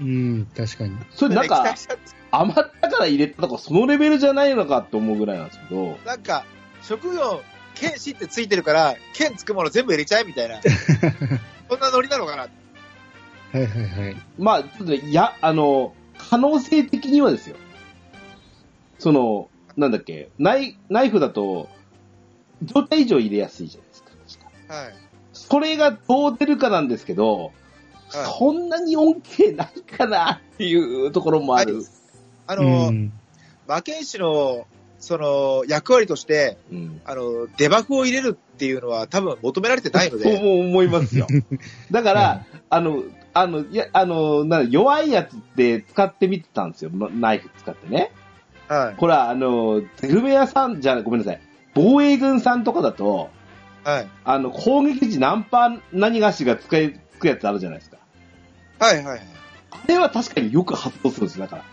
A: うん、確かに。
B: それなん
C: 期
B: か
C: 待、しちゃっ
B: 余ったから入れたとか、そのレベルじゃないのかって思うぐらいなんですけど、
C: たなんか、職業、剣士ってついてるから、剣つくもの全部入れちゃえ みたいな。そんなノリなのかな。
A: はいはいはい。
B: まあ、ちょっとね、や、あの、可能性的にはですよ。その、なんだっけ、ナイナイフだと、状態以上入れやすいじゃないですか。確か
C: はい。
B: それがどう出るかなんですけど、
C: はい
B: そんなに恩恵ないかなっていうところもある。
C: はあ
A: あ
C: の、
A: うん、
C: 魔剣士の、その、役割として、
B: うん。
C: あの、デバフを入れるっていうのは多分求められてない
B: そう
C: ので、
B: も思います よ。だから、あの、あの、いや、あの、なんだ弱いやつって使ってみてたんですよ。まナイフ使ってね。
C: はい、
B: これは、あの、ゼルベアさんじゃ、ごめんなさい。防衛軍さんとかだと、
C: はい、
B: あの、攻撃時何パー何がしが使え、つくやつあるじゃないですか。
C: はい、はい。
B: あれは確かによく発動するんですよだから。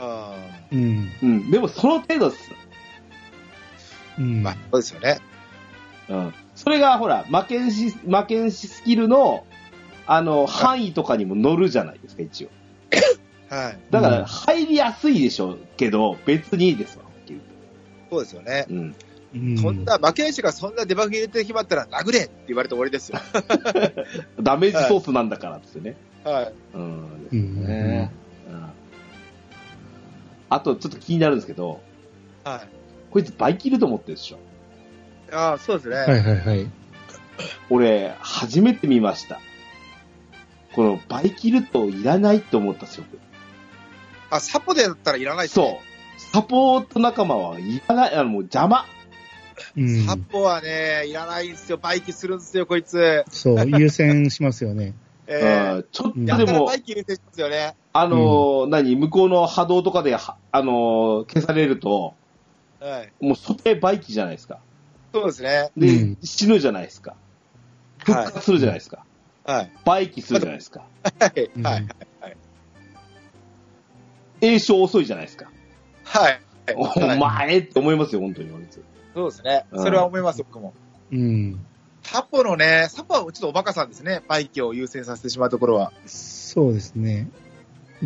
C: あ
A: うん。
B: うん。でもその程度です。
A: うん。
C: ーまあ、そうですよね。
B: うん。それが、ほら、魔剣士、魔剣士スキルの、あの、範囲とかにも乗るじゃないですか、一応。
C: はい、
B: だか
A: うん
B: ら、入りやすいでしょうけど、別にいいですわ、はっきり
C: そうですよね。
B: 言って
A: うん
C: そんな、魔剣士がそんなデバフ入れて決まったら殴れって言われて終わりですよ。
B: うん。ダメージソースなんだからっつってね。
C: はい。
B: うん。
A: う
B: です
A: ん。
B: ね。うん。あと、ちょっと気になるんですけど、
C: はい。
B: こいつバイキルと思ってるでしょ。
C: ああ、そうですね。
A: はいはいはい。
B: 俺、初めて見ました。このバイキルトいらないと思ったんですよ。
C: あ、サポでだったらいらないです
B: そう
C: ね。。
B: サポート仲間はいらない、あの、もう邪魔。
A: うん、
C: サポはね、いらないんですよ。バイキするんですよ、こいつ。
A: そう、優先しますよね。
C: え
B: う
C: ー
B: んちょっと
A: うん
C: や
B: で
C: ったら
B: も
C: バ、イキ入れてるんですよね。
B: あのー何、向こうの波動とかでは、あのー消されると、
C: はい。
B: もう固定バイキじゃないですか。
C: そうですね。
B: で、
A: うん
B: 死ぬじゃないですか。復
C: は
B: 活するじゃないですか。
C: い。はい。
B: バイキするじゃないですか。
C: はい。
A: うん
C: はい。
B: 栄唱遅いじゃないですか。
C: はい。
B: お
C: はい
B: 前って思いますよ、本当に。俺
C: そうですね。それは思います、僕も。
A: うん。
C: サポのね、サポはちょっとおバカさんですね。バイキを優先させてしまうところは。
A: そうですね。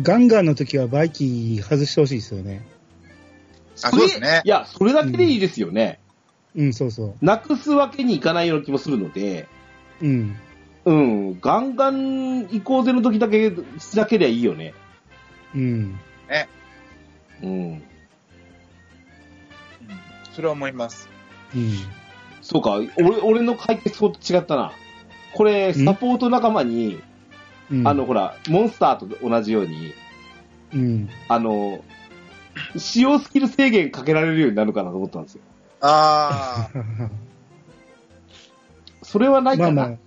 A: ガンガンの時はバイキー外してほしいですよね。
C: あ、そうですね
B: い。や、それだけでいいですよね。
A: うん、そうそ
B: なくすわけにいかないような気もするので、
A: う。うん。
B: うん、ガンガン移行での時だけ、しなけりゃいいよね。
A: うん。
B: うん。
C: うんそれは思います。
A: うん。
B: そうか、俺、俺の解決法と違ったな。これ、サポート仲間に、
A: うん、
B: あの、、ほら、モンスターと同じように、
A: うん。
B: あの、使用スキル制限かけられるようになるかなと思ったんですよ。
C: あ
B: それはない
A: ま
B: か
A: あ
B: な。
A: まあ、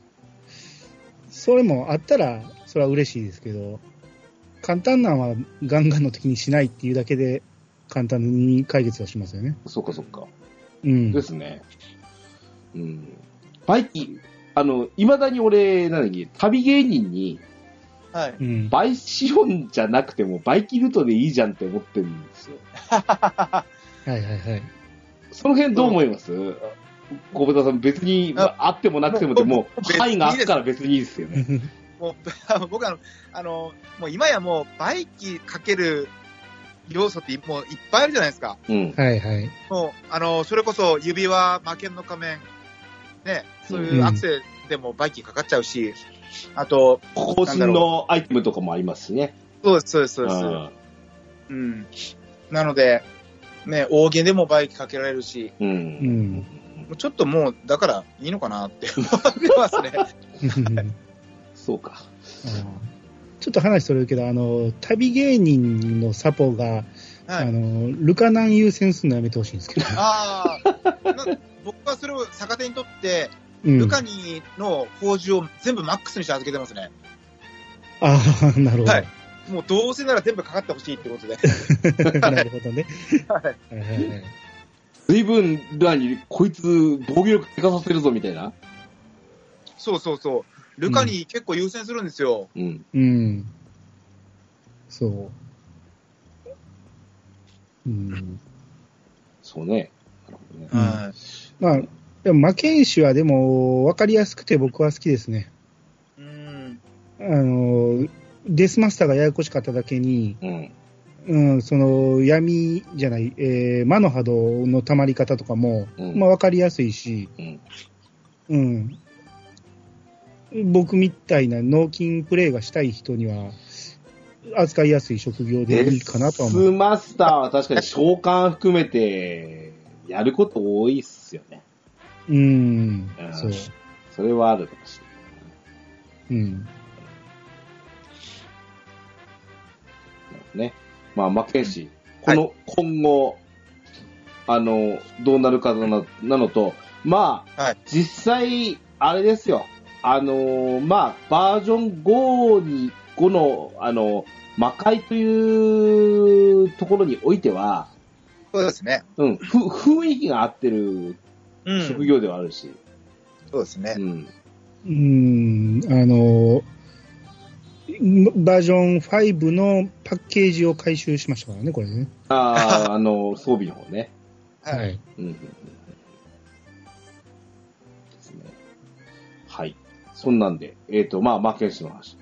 A: それもあったら、それは嬉しいですけど、簡単なのはガンガンの時にしないっていうだけで、簡単に解決はしますよね。
B: そうか、そうか。
A: うん
B: で。すね。うん。バイキ、あの、いまだに俺、なんだっけ、旅芸人に、
C: あ。 はい。
A: うん。
B: バイシオンじゃなくても、バイキルトでいいじゃんって思ってるんですよ。
A: はいはい はい。
B: その辺どう思います小豚さん、別に、まあ、あってもなくてもでも
C: 別
B: う、
C: に
B: 範囲があったら別にいいですよね。
C: もう、僕は、あの、もう今やもう、バイキかける要素ってもういっぱいあるじゃないですか。
B: うん。
A: はいはい。
C: もう、あの、それこそ指輪、魔剣の仮面、ね、そういうアクセでもバイキかかっちゃうし、あと、
B: 更新のアイテムとかもありますしね。
C: そうです、そうです、そううです。
B: ん。
C: うん。なので、ね、大げでもバイキかけられるし、
B: う。
A: うんん。
C: もうちょっともう、だからいいのかなって 思ってますね。
B: そうか。
A: ちょっと話それるけど、あの、旅芸人のサポが、
C: は
A: あ
C: い。
A: の、ルカナン優先するのやめてほしいんですけど。
C: ああ、な僕はそれを逆手にとって、
A: うん、
C: ルカニの宝珠を全部マックスにして預けてますね。
A: ああ、なるほど。
C: はいもうどうせなら全部かかってほしいっ てことで。
A: なるほどね。
C: はい
A: はいはいはい
B: 随分、なに、こいつ、防御力低下させるぞ、みたいな。
C: そうそうそう。ルカニ結構優先するんですよ。
B: うん。
A: うん。そう。うん。
B: そうね。なるほどね。
A: うん
C: はい
A: まあ、でも、魔剣士はでも、わかりやすくて僕は好きですね。
C: うん。
A: あの、デスマスターがややこしかっただけに、
B: うん。
A: うん、その闇じゃない、えー魔の波動の溜まり方とかも、
B: うん
A: まあ、分かりやすいし、
B: うん
A: うん僕みたいな脳筋プレイがしたい人には、扱いやすい職業でいいかなとは思う。
B: スマスターは確かに召喚含めて、やること多いっすよね。
A: うん、そう。
B: それはあるかもしれない。
A: うん。
B: ね。まあ、負けんし、この、今後、あの、どうなるかなのなのと、まあ、
C: はい
B: 実際、あれですよ。あのーまあ、バージョン5に、5の、あの、魔界というところにおいては、
C: そうですね。
B: うん、ふ雰囲気が合ってる
C: うん。
B: 職業ではあるし、
C: そうですね
B: う。ん、
A: うん、あの、バージョン5のパッケージを回収しましたからね、これね。
B: ああ、あの、装備の方 ね。
C: はい。
A: い。
B: うんうんうんうん。ですね。はい。そんなんで、えっ、と、まあ、マーケン氏の話。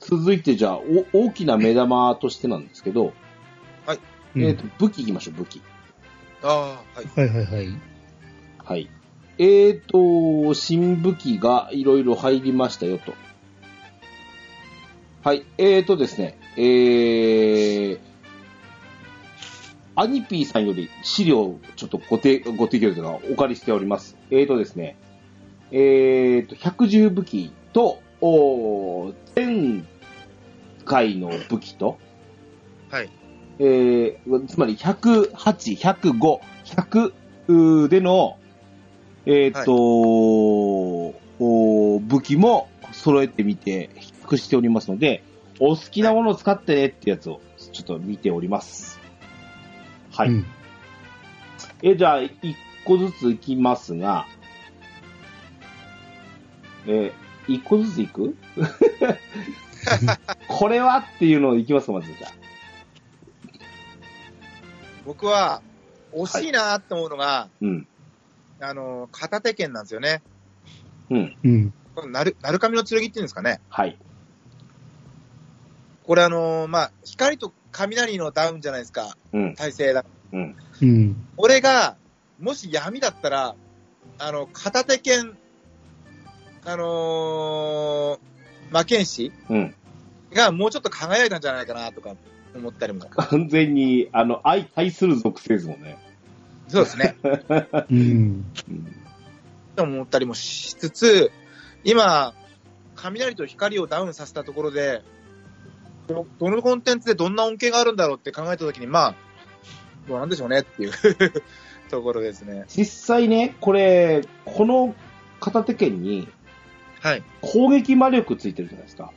B: 続いて、じゃあ、お大きな目玉としてなんですけど、
A: うん
B: えっ、と、武器いきましょう、武器。
C: ああ、はい。
A: はいはいはい。
B: はい。えっ、と、新武器がいろいろ入りましたよと。はい。えっ、とですね、えー、アニピーさんより資料をちょっとご提ご提供というかお借りしております。えーとですね、えーと、110武器と、おー前回の武器と、
C: はい。
B: えー、つまり108、105、100うーでの、えーっと、おー武器も揃えてみて、比較しておりますので、お好きなものを使ってねってやつをちょっと見ております。はい。
A: うん
B: え、じゃあ、1個ずついきますが、えー、1個ずつい くこれはっていうのをいきますか、まずじゃあ。
C: 僕は、惜しいなって思うのが、
B: うん。
C: あの、片手剣なんですよね。
B: うん。
A: うん。
C: このなる、なるかみの剣っていうんですかね。
B: はい。
C: これあの、まあ、光と雷のダウンじゃないですか。
B: うん。
C: 体勢だ。
B: うん。
A: うん。
C: 俺が、もし闇だったら、あの、片手剣、あのー、魔剣士
B: うん。
C: がもうちょっと輝いたんじゃないかなとか思ったりも。
B: 完全に、あの、相対する属性ですもんね。
C: そうですね。
A: うん。
B: うん。
C: と思ったりもしつつ、今、雷と光をダウンさせたところで、どどのコンテンツでどんな恩恵があるんだろうって考えたときに、まあ、どうなんでしょうねっていう ところですね。
B: 実際ね、これ、この片手剣に
C: はい。
B: 攻撃魔力ついてるじゃないですか。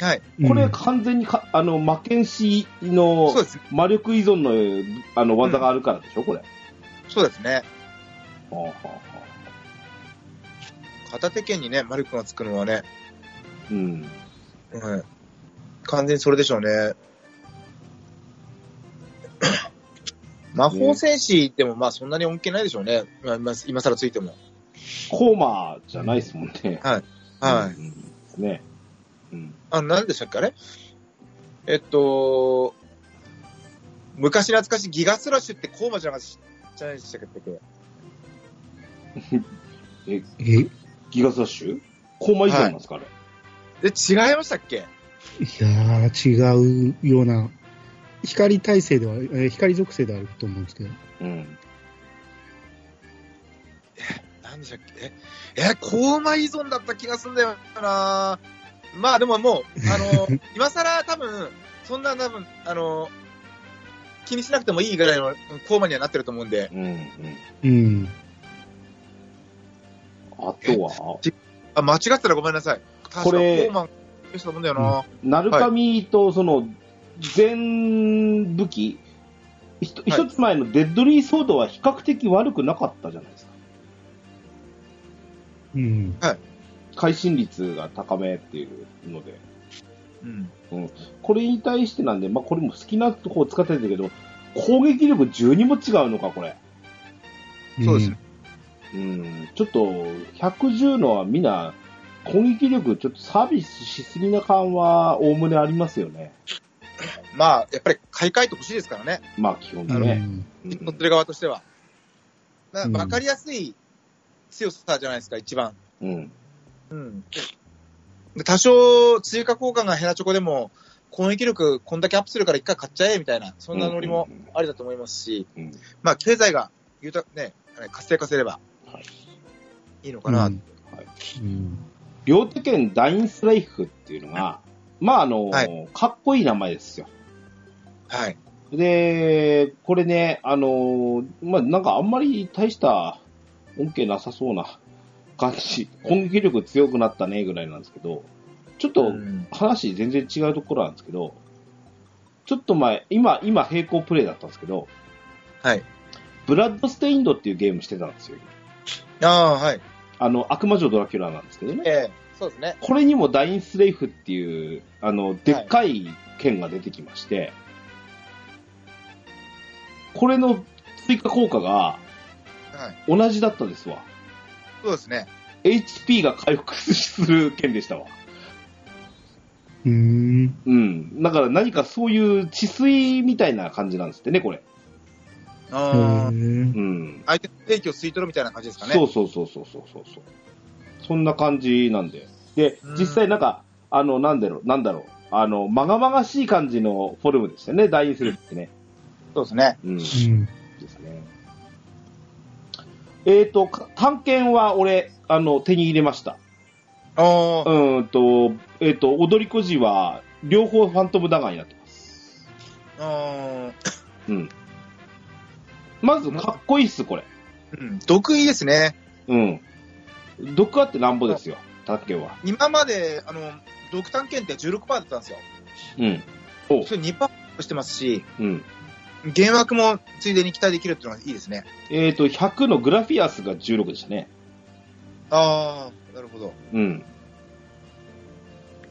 C: はい。
B: これ
A: うん
B: 完全にか、あの、魔剣士の
C: そうです。
B: 魔力依存の、あの、技があるからでしょ、これ。
C: そうですね。
B: はあはあは
C: 片手剣にね、マルクがつくのはね、
B: あうん。
C: うん。完全にそれでしょう ね。魔法戦士でもまあそんなに恩恵ないでしょうね。まあ今今更ついても。
B: コーマじゃないですもんね。
C: はい。
B: い。ですね。うん。
C: あ、何でしたっけあれえっと、昔懐かしいギガスラッシュってコーマじゃなかったじゃないでしたっけ
A: え、い
B: ギガスラッシュコーマ依存なんですか、あれ。
C: え、違いましたっけ
A: やー、違うような、光耐性では、えー光属性であると思うんですけど、
B: うん。
C: 何でしたっけえ、え、コーマ依存だった気がすんだよなまあでももう、あの、今更多分、そんな多分、あの、気にしなくてもいいぐらいのコーマにはなってると思うんで、
B: うん。うん。
A: うん。
B: あとは、
C: あ、間違ってたらごめんなさい。確か
B: こ
C: コ
B: れ
C: ーマでしたもんだよな、
B: ナルカミとその全武器、ひと
C: はい
B: 一つ前のデッドリーソードは比較的悪くなかったじゃないですか。
A: うん。
B: 会心率が高めっていうので。
C: うん。
B: これに対してなんで、まあこれも好きなとこを使ってるんだけど、攻撃力12も違うのか、これ。
C: そうですね
B: うん、ちょっと、110のはみんな、攻撃力ちょっとサービスしすぎな感は、おおむねありますよね。
C: まあ、やっぱり買い替えてほしいですからね。
B: まあ基本
A: う
B: 的
A: ん。
B: にね。うん
C: 乗ってる側としては。だ
A: うん
C: わかりやすい強さじゃないですか、一番。
B: うん。
C: うん。で多少、追加交換がヘナチョコでも、攻撃力こんだけアップするから一回買っちゃえ、みたいな、そんなノリもありだと思いますし、
B: うん。うん
C: まあ、経済が豊か、ね、活性化すれば
B: はい、
C: いいのかな。
A: うん
B: はい
A: うん
B: 両手剣ダインスライフっていうのが、まああの、
C: は
B: かっこいい名前ですよ。
C: はい。
B: で、これね、あの、まあなんかあんまり大した恩恵なさそうな感じ、攻撃力強くなったねぐらいなんですけど、ちょっ
C: う
B: と
C: ん
B: 話全然違うところなんですけど、ちょっと前、今、今並行プレイだったんですけど、
C: はい。
B: ブラッドステインドっていうゲームしてたんですよ。
C: ああ、はい。
B: あの、悪魔女ドラキュラなんですけどね。
C: ええそうですね。
B: これにもダインスレイフっていう、あの、でっかい剣が出てきまして、これの追加効果が
C: はい。
B: 同じだったですわ。
C: そうですね。
B: HP が回復する剣でしたわ。
A: うーん。
B: うん。だから何かそういう治水みたいな感じなんですってね、これ。
A: へ
C: あ
A: ー
B: う
C: あ、
B: ん。
C: 相手の兵器を吸い取るみたいな感じですかね。
B: そうそうそうそうそうそうそう。そんな感じなんで。で
C: う、ん
B: 実際なんか、あの、なんだろう、なんだろう。あの、まがまがしい感じのフォルムでしたよね、ダイインスレブってね。
C: そうですね。
B: うん。
A: うん。
B: ですね。えっ、と、か探検は俺、あの、手に入れました。
C: お
B: うー
C: ー、
B: んと、えっ、と、踊り子時は、両方ファントムダガーになってます。
C: うん、
B: うん。まず、かっこいいっす、これ。
C: うん、毒いいですね。
B: うん。毒あってなんぼですよ、探検は。
C: 今まで、あの、毒探検って16%だったんですよ。
B: うん。
C: それ2%アップしてますし、
B: うん。
C: 幻惑もついでに期待できるっていうのがいいですね。
B: えっ、と、100のグラフィアスが16でしたね。
C: ああ、なるほど。
B: うん。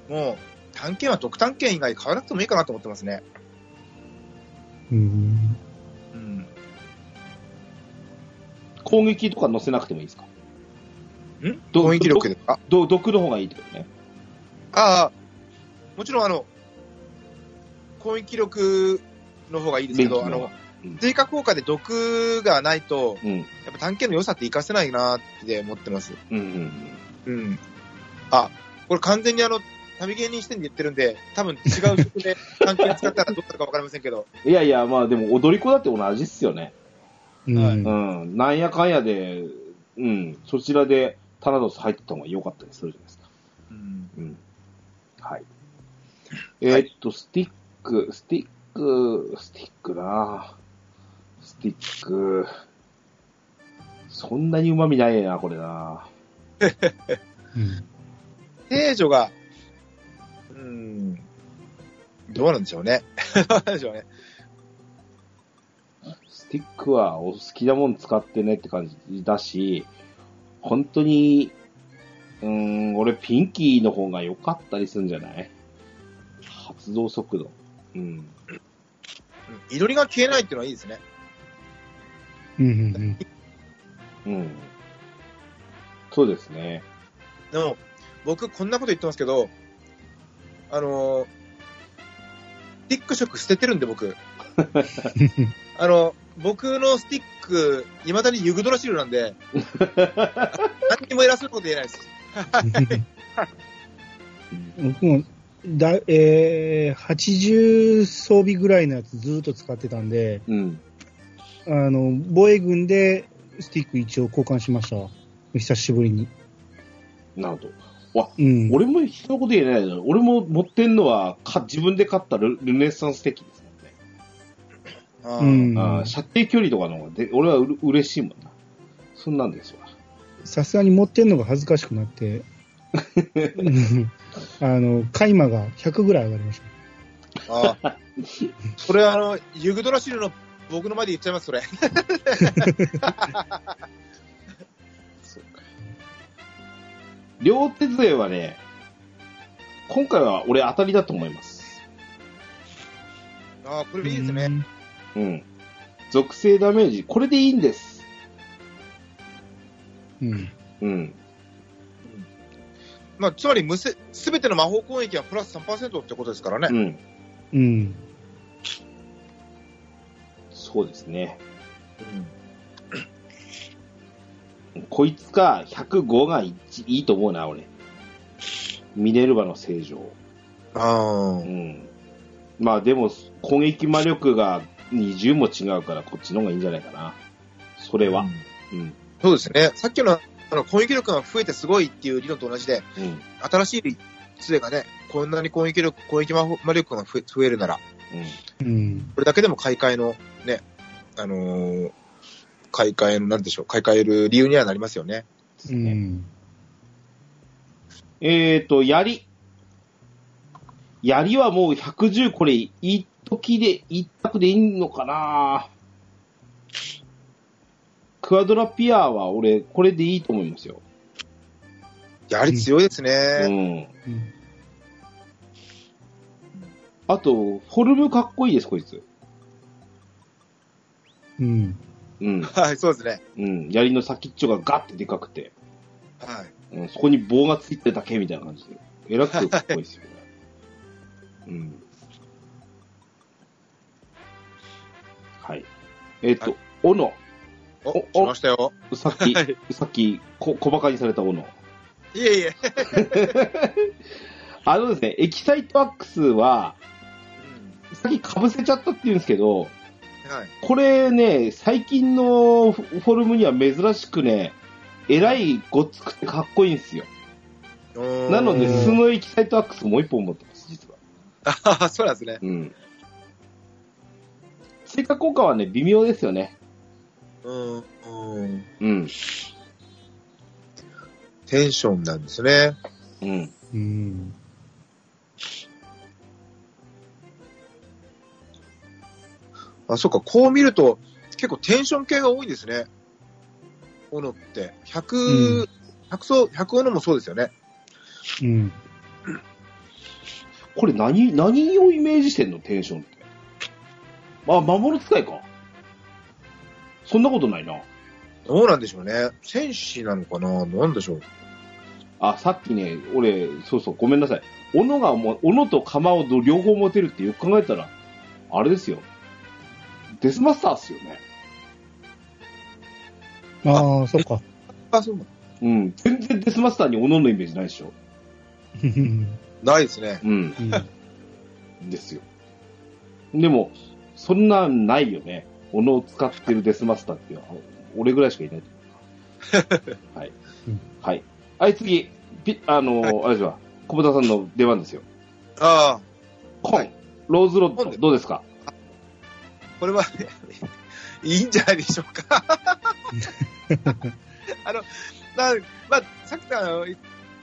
C: もう、探検は毒探検以外買わなくてもいいかなと思ってますね。
A: うん。
C: うん。
B: 攻撃とか乗せなくてもいいですか
C: ん
B: ど
C: 攻撃力ですか
B: ど毒の方がいいってことね。
C: ああ、もちろんあの、攻撃力の方がいいですけど、
B: 免
C: あ
B: 疫の
C: の
B: 方が、
C: 追加効果で毒がないと、
B: うん。
C: やっぱ探検の良さって活かせないなって思ってます。
B: うんうん。
C: うん。あ、これ完全にあの、旅芸人視点で言ってるんで、多分違う曲で探検使ったらどうなるかわかりませんけど、
B: いやいや、まあでも踊り子だって同じっすよね。
A: うん
C: は
B: う
A: うん
B: ん。なんやかんやで、うん。そちらでタナドス入ってた方が良かったりするじゃないですか。
C: うん、
B: うん。はい。えーっと、スティック、スティック、スティックなスティック。そんなに旨味ないな、これな
C: 聖女が、うん、どうなんでしょうね。 どうなんでしょうね。
B: スティックはお好きなもん使ってねって感じだし、本当に、うーん、俺ピンキーの方が良かったりするんじゃない発動速度。うん。
C: うん祈りが消えないっていうのはいいですね。
A: うんうん
B: うん。そうですね。
C: でも、僕、こんなこと言ってますけど、あのー、スティック色捨ててるんで、 僕。あの、僕のスティック、未だにユグドラシルな んで、何にも偉そうなこと言えないです。
A: 僕もだ、えー、80装備ぐらいのやつずっと使ってたんで、
B: うん。
A: あの、防衛軍でスティック一応交換しましたわ。久しぶりに。
B: なるほど。
A: うん。
B: 俺も人のこと言えないじゃん。俺も持ってんのは、か自分で買ったルルネッサンステッキですもんね。
C: あ
A: うん
C: ー
B: あー射程距離とかの方がで、俺はうれ嬉しいもんな。そんなんですわ。
A: さすがに持ってんのが恥ずかしくな って、うんあの、カイマが100ぐらい上がりました。
C: あー。それ、あの、ユグドラシルの僕の前で言っちゃいます、それ。
B: そうか。両手勢はね、今回は俺当たりだと思います。
C: ああ、これいいですね。
B: うん。属性ダメージ、これでいいんです。
A: うん。
B: うん。
C: まあ、つまり無せ、すべての魔法攻撃はプラス3%ってことですから
B: う
C: ね。
B: ん。
A: うん。
B: そうですね。
C: うん
B: こいつか、105がいちいいと思うな、俺。ミネルヴァの正常。
C: あ
B: う
C: あ。
B: ん。まあでも、攻撃魔力が20も違うから、こっちの方がいいんじゃないかな。それは。うん。
C: そうですね。さっきのあの攻撃力が増えてすごいっていう理論と同じで、
B: うん。
C: 新しい杖がね、こんなに攻撃力、攻撃魔法魔力が増え増えるなら、
B: うん。
A: うん。
C: これだけでも買い替えのね、あのー買い替えの、なんでしょう、買い替える理由にはなりますよね。
A: う
B: ね
A: ん。
B: えー、と、槍。槍はもう110、これ、一時で、一択でいいのかなクアドラピアは俺、これでいいと思いますよ。
C: やはり強いです
B: う
C: ね。
B: ん。
A: うん
B: あと、フォルムかっこいいです、こいつ。
A: うん。
B: うん。
C: はい、そうですね。
B: うん。槍の先っちょがガッてでかくて、
C: はい。
B: うん、そこに棒がついてるだけみたいな感じで。えらくかっこいいです よね。うん。はい。えっ、と、斧。
C: お、
B: お
C: 来ましたよ。
B: さっき
C: は、い
B: さっき、こ、小馬鹿にされた斧。
C: いえいえ。
B: あのですね、エキサイトワックスは、
C: う
B: さっきかぶせちゃったって言うんですけど、
C: ん。はい。
B: これね、最近のフォルムには珍しくね、えらいごっつくてかっこいいんですよ。なので、
A: うん
B: 素のエキサイトワックスもう一本持ってます、実は。
C: あそうなんですね。
B: うん。追加効果はね、微妙ですよね。
C: うん。うん。
B: うん。
C: テンションなんですね。
B: うん。
A: うん。
C: あ、そっか、こう見ると、結構テンション系が多いんですね。斧って。
A: う
C: 100、100層、100斧もそうですよね。
A: うん。
B: これ何、何をイメージしてんのテンションって。あ、守る使いか。そんなことないな。
C: どうなんでしょうね。戦士なのかななんでしょう。
B: あ、さっきね、俺、そうそう、ごめんなさい。斧がもう、斧と釜を両方持てるってよく考えたら、あれですよ。デスマスターっすよね。
A: ああ、そっか。
C: あ、そうなん
B: うん。全然デスマスターに斧のイメージないでしょ。
A: うん。
C: ないですね。
B: うん。ですよ。でも、そんなんないよね。斧を使ってるデスマスターっていうのは、俺ぐらいしかいない。はい
A: うん。
B: はい。はい、次。ピあのー、あれですわ。小田さんの出番ですよ。
C: あ
B: コン、
C: はい
B: ローズロッ
C: コン
B: ド、
C: で
B: どうですか
C: あ、これは、 いいんじゃないでしょうか。 あの、なまあ、さっきのあの、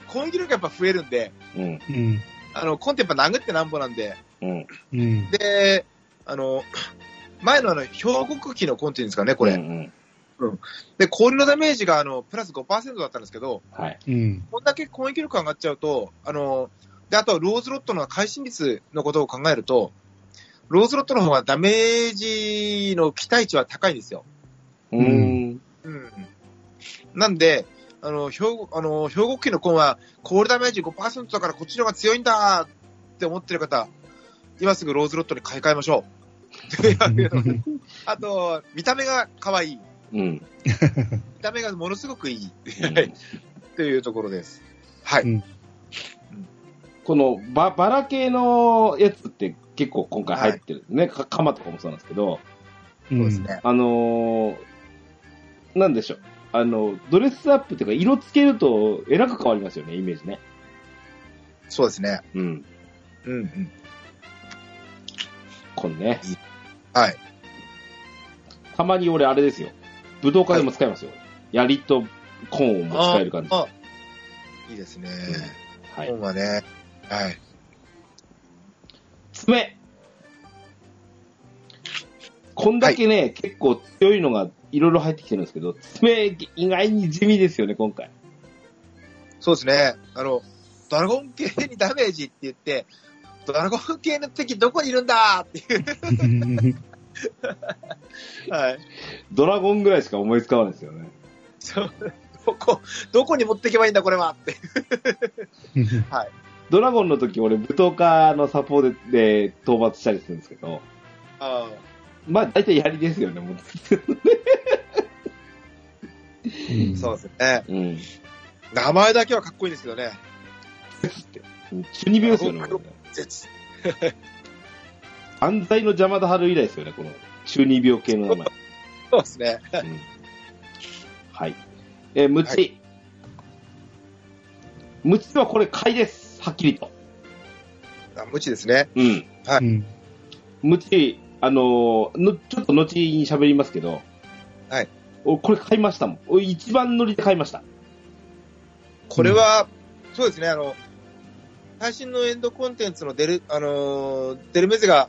C: 攻撃力やっぱ増えるんで、
B: うん。
A: うん。
C: あの、コンテやっぱ殴ってなんぼなんで、
B: うん。
A: うん。
C: で、あの、前のあの、氷国機のコンテですかね、これ。
B: うんうん
C: で、氷のダメージがあの、プラス5%だったんですけど、
B: はい。
A: うん。
C: こんだけ攻撃力上がっちゃうと、あの、で、あとはローズロットの会心率のことを考えると、ローズロットの方がダメージの期待値は高いんですよ。
B: うーん。
C: うん。なんで、あの、兵庫、あの、兵庫県のコンは、氷ダメージ5%だからこっちの方が強いんだって思ってる方、今すぐローズロットに買い替えましょう。あと、見た目が可愛い。見
B: うん。
C: た目がものすごくいい。
B: うん
C: というところです。はい。
A: うん
B: このババラ系のやつって結構今回入ってるんですね。か鎌とかもそうなんですけど、
C: そうですね。
B: あのー、なんでしょう。あの、ドレスアップっていうか、色つけると、えらく変わりますよね、イメージね。
C: そうですね。
B: うん。
C: うんうん。
B: このね。
C: はい。
B: たまに俺、あれですよ。武道家でも使いますよ。槍とコーンも使える感じ。
C: あいいですね。
B: は
C: 本
B: い。
C: はね。はい。
B: 爪こんだけね、結構強いのがいろいろ入ってきてるんですけど、爪意外に地味ですよね、今回。
C: そうですね。あの、ドラゴン系にダメージって言って、ドラゴン系の敵どこにいるんだっていう。はい。
B: ドラゴンぐらいしか思いつかないですよね。
C: そう。どこ、どこに持っていけばいいんだ、これはって。
B: ドラゴンの時俺、武闘家のサポートで討伐したりするんですけど、
C: あ
B: まあ大体槍ですよね、もう。
C: あそうですね。
B: うん。
C: 名前だけはかっこいいんですけどね。
B: 中二病ですよね、
C: あ
B: これね。
C: 絶
B: 安西の邪魔だ春以来ですよね、この中二病系の名前。
C: そうですね。
B: うんはい。えー、ムチ。
C: は
B: ムチはこれ、買いです。はっきりと。
C: あ無知ですね。
B: うん。
A: うん。
B: ムチ、あのーの、ちょっと後に喋りますけど。
C: はい。
B: おこれ買いましたもん。お一番乗りで買いました。
C: これは、そうですね、あの、最新のエンドコンテンツのデル、あのーデルメズが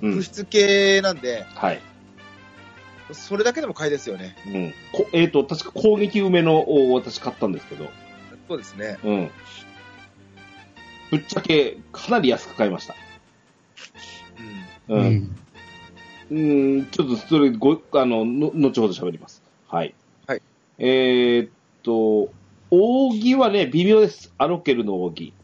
B: う
C: 不
B: ん。
C: 出系なんで、
B: はい。
C: それだけでも買いですよね。
B: うん。こえっ、と、確か攻撃梅のを私買ったんですけど。
C: そうですね。
B: うん。ぶっちゃけ、かなり安く買いました。
C: うん。
A: う
B: うん
A: ん。
B: うーん、ちょっとそれご、あの、の後ほど喋ります。はい。
C: はい。
B: えーっと、扇はね、微妙です。アロケルの扇。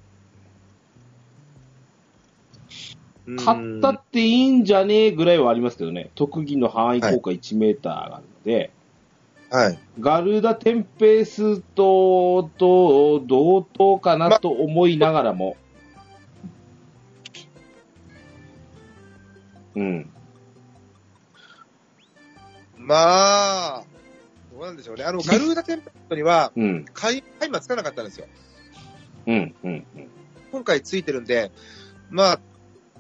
B: 買ったっていいんじゃねえぐらいはありますけどね。特技の範囲効果1メーターがあるので、
C: はい。
B: ガルダテンペストと同等かなと思いながらも、うん。
C: まあ、どうなんでしょうね。あの、ガルーダテンプレートには、
B: うん。
C: 買い、買いはつかなかったんですよ。
B: うん。うん。
C: 今回ついてるんで、まあ、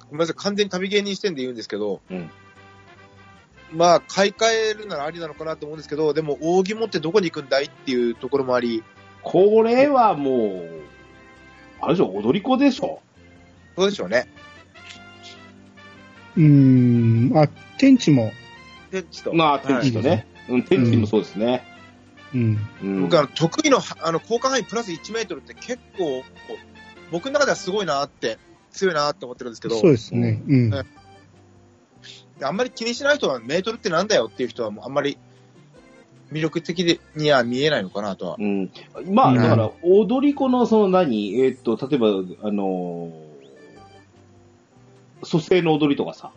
C: ごめんなさい、完全に旅芸人視点で言うんですけど、
B: うん
C: まあ、買い替えるならありなのかなと思うんですけど、でも、扇持ってどこに行くんだいっていうところもあり、
B: これはもう、あれでしょ、踊り子でしょ。
C: どうでしょうね。
A: うーん、あ、天地も、
C: 天地と。
B: まあ、天地とね。うん、天地もそうですね。
A: うん、
B: うん。
C: 僕、あの、得意の、あの、効果範囲プラス1メートルって結構、僕の中ではすごいなって、強いなって思ってるんですけど
A: そう、ですね。うん。
C: はいあんまり気にしない人は、メートルってなんだよっていう人は、もうあんまり魅力的でには見えないのかなとは。
B: うん。まあ、
A: うん
B: だから、踊り子のその何、えーっと、例えば、あのー、蘇生の踊りとかさ、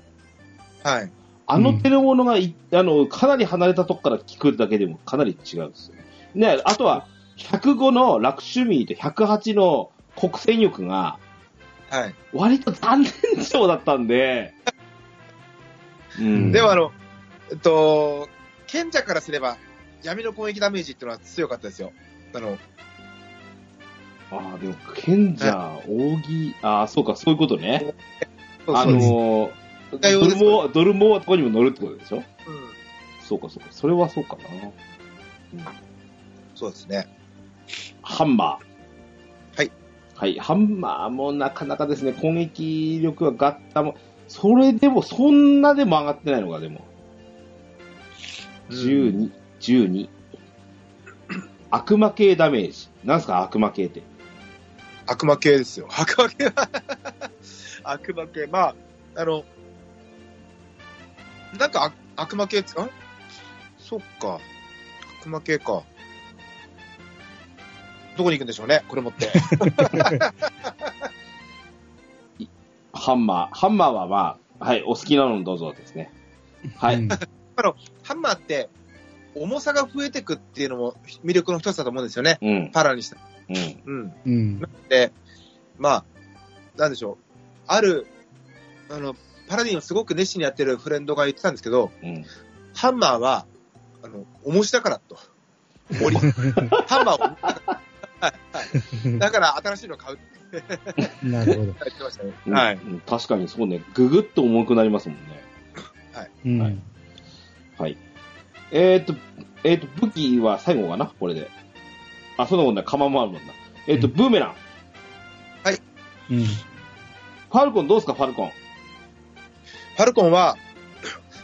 C: はい。
B: あの手のものがい、あの、かなり離れたとこから聞くだけでもかなり違うんですよね。ね、あとは、105の楽趣味と108の国戦欲が、
C: はい。
B: 割と残念賞だったんで、うん。
C: でもあの、えっと、賢者からすれば、闇の攻撃ダメージっていうのは強かったですよ。あの、
B: ああ、でも、賢者、扇、ああ、そうか、そういうことね。あ
C: そうです
B: のー、
C: 対
B: ド
C: 応で
B: ル
C: す
B: モア、ドルモアとかにも乗るってことでしょ
C: うん
B: そうか、そうか。それはそうかな。
C: そうですね。
B: ハンマー。
C: はい。
B: はい。ハンマーもなかなかですね、攻撃力はガッタも、それでも、そんなでも上がってないのが、でも。
C: うん
B: 12、12。悪魔系ダメージ。なんすか、悪魔系って。
C: 悪魔系ですよ。悪魔系 は悪魔系。まあ、あの、なんかあ悪魔系つ、んそっか。悪魔系か。どこに行くんでしょうね、これ持って。
B: ハンマー。ハンマーはまあ、はい、お好きなのどうぞですね。は
A: う
B: い。
A: ん
C: ハンマーって、重さが増えてくっていうのも魅力の一つだと思うんですよね。
B: うん。
C: パラにした。
B: うん。
C: うん。
A: うん。
C: で、まあ、なんでしょう。ある、あの、パラディンをすごく熱心にやってるフレンドが言ってたんですけど、
B: うん。
C: ハンマーは、あの、重しだからと。重り。ハンマーを重しだから。だから新しいの買うって
A: なるほど。
C: 言ってましたね。
B: うん
C: はい。。
B: 確かにそうね、ぐぐっと重くなりますもんね。
A: うん。
B: はいはい。えっ、と、えっ、と、武器は最後かなこれで。あ、そんなことない。釜もあるもんな。えっ、と、
A: うん
B: ブーメラン。
A: うん。
B: ファルコンどうすか、ファルコン。
C: ファルコンは、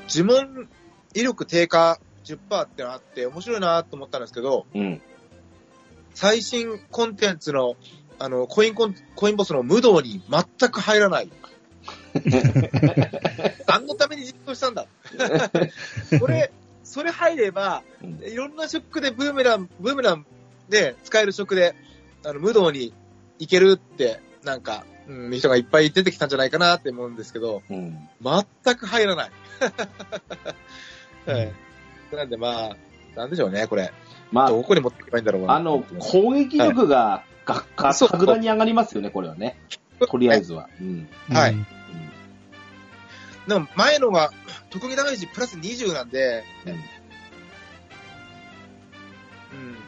C: 呪文威力低下10%ってのあって面白いなと思ったんですけど、
B: うん。
C: 最新コンテンツの、あの、コインコン、コインボスの無道に全く入 らない。何のために実 装したんだこれ、それ入れば、
B: うん
C: いろんなショックでブーメラン、ブーメランで使えるショックで、あの、無道に行けるって、なんか、うん、人がいっぱい出てきたんじゃないかなって思うんですけど、
B: うん。
C: 全く入らない。はい。 なんでまあ、なんでしょうね、これ。
B: ま
C: どこに持っていけばいいんだろう
B: あ、
C: な。
B: あの、攻撃力が、が、が、
C: そう
B: 格段に上がりますよね、これはね。とりあえずは。うん。
C: はい
A: うん。
C: でも前のが特技ダメージプラス20なんで、
B: うん
C: うん、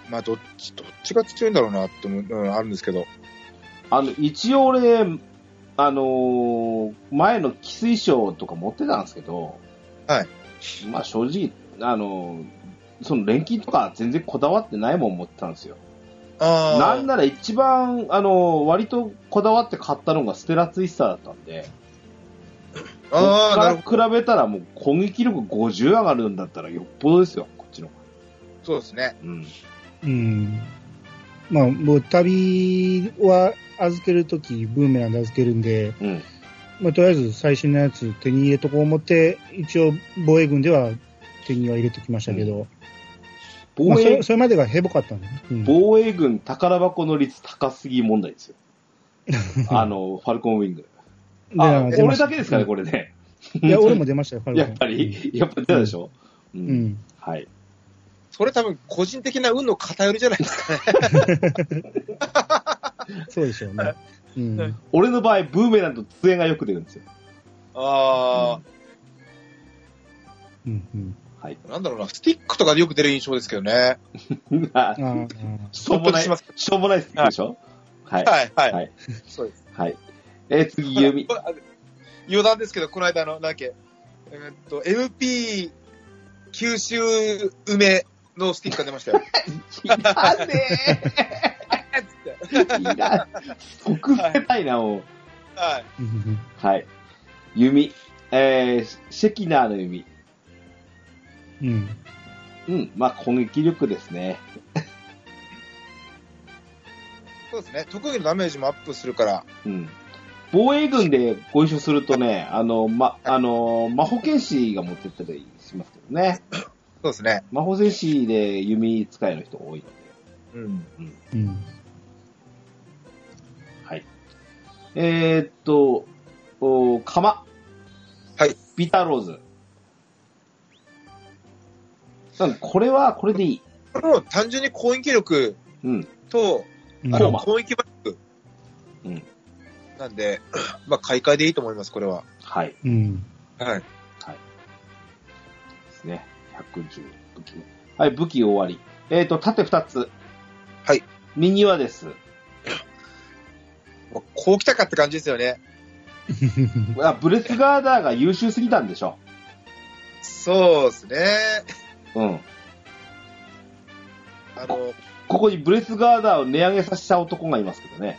C: まあどっち、どっちが強いんだろうなって思う、うん、あるんですけど。
B: あの、一応俺、あのー前のキス衣装とか持ってたんですけど、
C: はい。
B: まあ正直、あのーその錬金とか全然こだわってないもん持ってたんですよ。
C: ああ。
B: なんなら一番、あの、割とこだわって買ったのがステラツイスターだったんで、
C: ああ、なるほ
B: こっから比べたらもう攻撃力50上がるんだったらよっぽどですよ、こっちの方が。
C: ど。そうですね。
B: うん。
A: うん。まあ、もう旅は預けるとき、ブーメランで預けるんで、
B: うん。
A: まあ、とりあえず最新のやつ手に入れとこう思って、一応防衛軍では手には入れてきましたけど、まあ、
B: 防
A: そ
B: 衛
A: れ、それまでがヘボかったんで、ね。うん
B: 防衛軍宝箱の率高すぎ問題ですよ。あの、ファルコンウィング。あ、
A: で出ま
B: 俺
A: した
B: だけですかね、これね。
A: いや、俺も出ましたよ、ファルコ
B: や
A: ン
B: っぱり、やっぱ出たでしょ。う
A: うん。うん。
B: はい。
C: それ多分個人的な運の偏りじゃないですかね。
A: そうでしょうね。うん。
B: 俺の場合、ブーメランと杖がよく出るんですよ。
C: ああ、
A: うんうん。
B: はい。
C: なんだろうな、スティックとかでよく出る印象ですけどね。
B: あ
A: あー
B: しょうもない、
C: ほっとします
B: しょうもないスティックでしょはい。
C: はい、はい。
B: はい
C: そうです。
B: はい。えー次、 ゆみ。
C: これあれ余談ですけど、この間の、なんだっけ、えーっと、MP 九州梅のスティックが出ましたよ。
B: いらね
C: えっつって
B: え。いら即捨てたいな、もう。
C: はい。
A: うんうん
B: はい。弓。えー、シェキナーの弓。
A: うんうん
B: うん。まあ、攻撃力ですね。
C: そうですね。特技のダメージもアップするから。
B: うん。防衛軍でご一緒するとね、あの、ま、あの、魔法剣士が持ってったりしますけどね。
C: そうですね。
B: 魔法戦士で弓使いの人多いので。
C: うん。
A: うん
B: はい。えー、っと、お釜。
C: はい。
B: ビターローズ。うん、これはこれでいい。
C: これも単純に攻撃力
B: うん。
C: と、
A: うん
C: あ
B: コー
C: の、
B: マ
C: 攻撃バック。
B: うん。
C: なんで、 まあ、買い替えでいいと思います、これは。
B: はい。
A: うん
C: はい。
B: ですね。110武器。はい、武器終わり。えっ、と、縦2つ。
C: はい。
B: 右はです。
C: まあこう来たかって感じですよね。
B: あブレスガーダーが優秀すぎたんでしょ。
C: そうですね。
B: うん。
C: あの、
B: ここにブレスガーダーを値上げさせた男がいますけどね。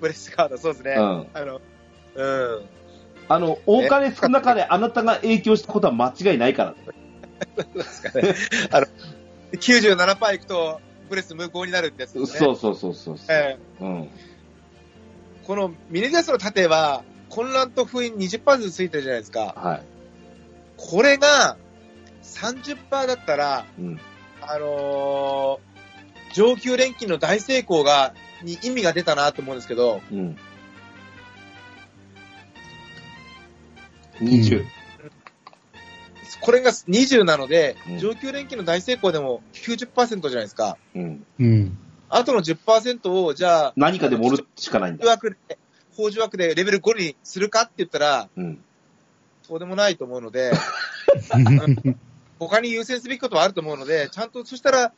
C: ブレスカード、そうですね。
B: うん。
C: あの、うん。
B: あの、多かれ少なかれあなたが影響したことは間違いないからね。
C: 97%パーいくと、ブレス無効になるってやつですね。
B: そうそうそうそうそう。
C: え
B: うん。
C: えこのミネディアスの盾は、混乱と封印20%ずつついてるじゃないですか。
B: は
C: これが、30%だったら、
B: い。うん。
C: あのー上級錬金の大成功が、に意味が出たなと思うんですけど、
B: うん。20。
C: これが20なので
B: う、ん
C: 上級錬金の大成功でも90%じゃないですか。
B: うん。
A: うん
C: あとの10%を、じゃあ、
B: 何かで盛るしかないん
C: 宝珠
B: だ。
C: 枠で、宝珠枠でレベル5にするかって言ったら、
B: うん。
C: そうでもないと思うので、他に優先すべきことはあると思うので、ちゃんと、そしたら、